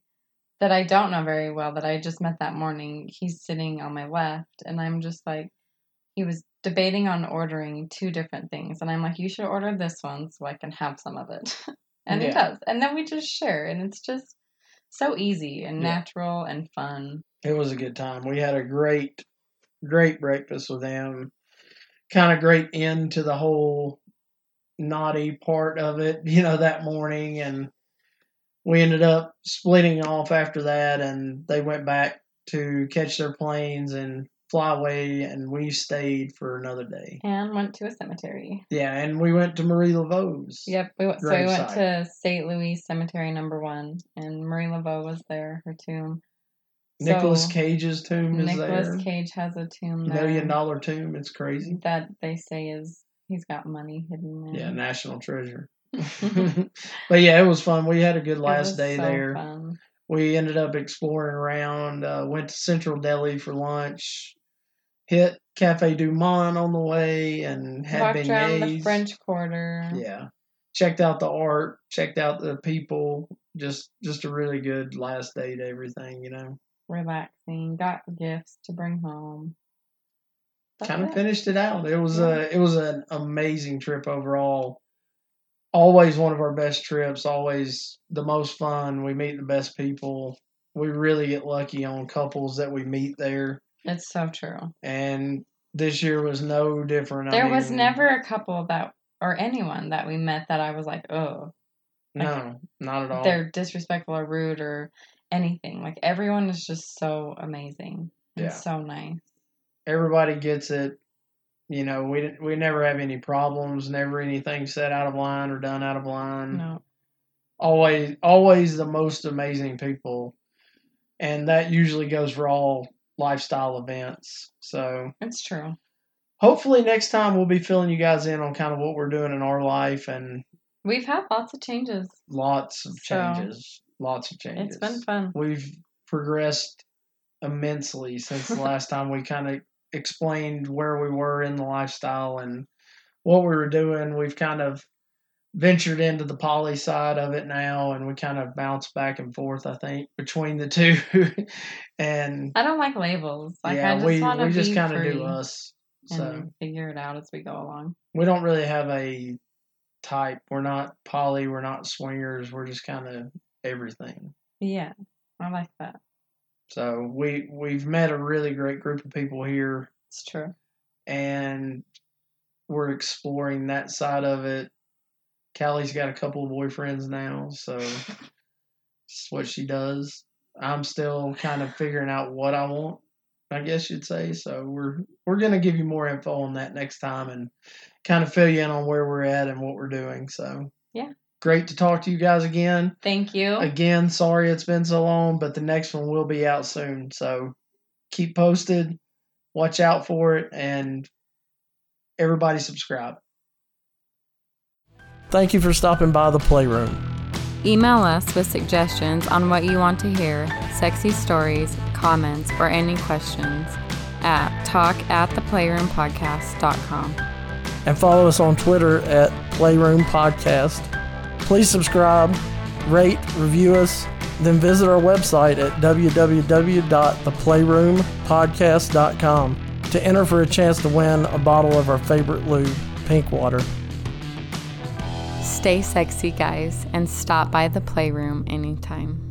Speaker 1: that I don't know very well that I just met that morning, he's sitting on my left, and I'm just like, he was debating on ordering two different things, and I'm like, you should order this one so I can have some of it, and he
Speaker 2: Yeah.
Speaker 1: does, and then we just share, and it's just so easy and
Speaker 2: Yeah.
Speaker 1: natural and fun.
Speaker 2: It was a good time. We had a great, great breakfast with them. Kind of great end to the whole naughty part of it, you know, that morning. And we ended up splitting off after that, and they went back to catch their planes and fly away, and we stayed for another day.
Speaker 1: And went to a cemetery.
Speaker 2: Yeah, and we went to Marie Laveau's.
Speaker 1: Yep, we went, so we went
Speaker 2: Gravesite.
Speaker 1: to St. Louis Cemetery number one, and Marie Laveau was there, her tomb.
Speaker 2: Nicholas
Speaker 1: So,
Speaker 2: Cage's tomb is
Speaker 1: Nicolas
Speaker 2: there.
Speaker 1: Cage has a tomb there
Speaker 2: Million dollar tomb. It's crazy.
Speaker 1: that they say is he's got money hidden there.
Speaker 2: Yeah, national treasure. but yeah, it was fun. We had a good
Speaker 1: It
Speaker 2: last
Speaker 1: was
Speaker 2: day
Speaker 1: so
Speaker 2: there.
Speaker 1: fun.
Speaker 2: We ended up exploring around, uh, went to Central Delhi for lunch, hit Cafe Du Monde on the way, and had
Speaker 1: Walked around the
Speaker 2: beignets.
Speaker 1: French Quarter.
Speaker 2: Yeah, checked out the art, checked out the people. Just, just a really good last day to everything, you know.
Speaker 1: Relaxing. Got gifts to bring home. That's
Speaker 2: kind of
Speaker 1: it.
Speaker 2: finished it out. It was
Speaker 1: Yeah.
Speaker 2: a it was an amazing trip overall. Always one of our best trips. Always the most fun. We meet the best people. We really get lucky on couples that we meet there.
Speaker 1: It's so true.
Speaker 2: And this year was no different. I
Speaker 1: there was
Speaker 2: mean,
Speaker 1: never a couple that, or anyone that we met that I was like, oh,
Speaker 2: no, not at all.
Speaker 1: they're disrespectful or rude or anything. Like everyone is just so amazing and
Speaker 2: Yeah.
Speaker 1: so nice.
Speaker 2: Everybody gets it. You know, we didn't, we never have any problems, never anything said out of line or done out of line.
Speaker 1: No.
Speaker 2: Always, always the most amazing people, and that usually goes for all lifestyle events. So
Speaker 1: It's true.
Speaker 2: hopefully next time we'll be filling you guys in on kind of what we're doing in our life and
Speaker 1: We've had lots of changes.
Speaker 2: lots of
Speaker 1: So,
Speaker 2: changes, lots of
Speaker 1: It's
Speaker 2: changes.
Speaker 1: been fun.
Speaker 2: we've progressed immensely since the last time we kind of explained where we were in the lifestyle and what we were doing. We've kind of ventured into the poly side of it now and we kind of bounce back and forth, I think, between the two. and
Speaker 1: I don't like labels. Like I
Speaker 2: yeah,
Speaker 1: just
Speaker 2: we,
Speaker 1: want to
Speaker 2: we
Speaker 1: be
Speaker 2: just kind of
Speaker 1: free
Speaker 2: do us. So
Speaker 1: and figure it out as we go along.
Speaker 2: we don't really have a type. We're not poly, we're not swingers, we're just kind of everything.
Speaker 1: Yeah, I like that.
Speaker 2: So we we've met a really great group of people here
Speaker 1: It's true.
Speaker 2: and we're exploring that side of it. Callie's got a couple of boyfriends now, so it's what she does. I'm still kind of figuring out what I want, I guess you'd say. So we're we're gonna give you more info on that next time and kind of fill you in on where we're at and what we're doing. So
Speaker 1: Yeah.
Speaker 2: Great to talk to you guys again.
Speaker 1: Thank you.
Speaker 2: Again, sorry it's been so long, but the next one will be out soon. So keep posted, watch out for it, and everybody subscribe.
Speaker 5: Thank you for stopping by the playroom.
Speaker 6: Email us with suggestions on what you want to hear, sexy stories, comments, or any questions at talk at theplayroompodcast.com.
Speaker 5: and follow us on Twitter at Playroom Podcast. Please subscribe, rate, review us, then visit our website at www.theplayroompodcast.com to enter for a chance to win a bottle of our favorite lube, pink water.
Speaker 6: Stay sexy, guys, and stop by the playroom anytime.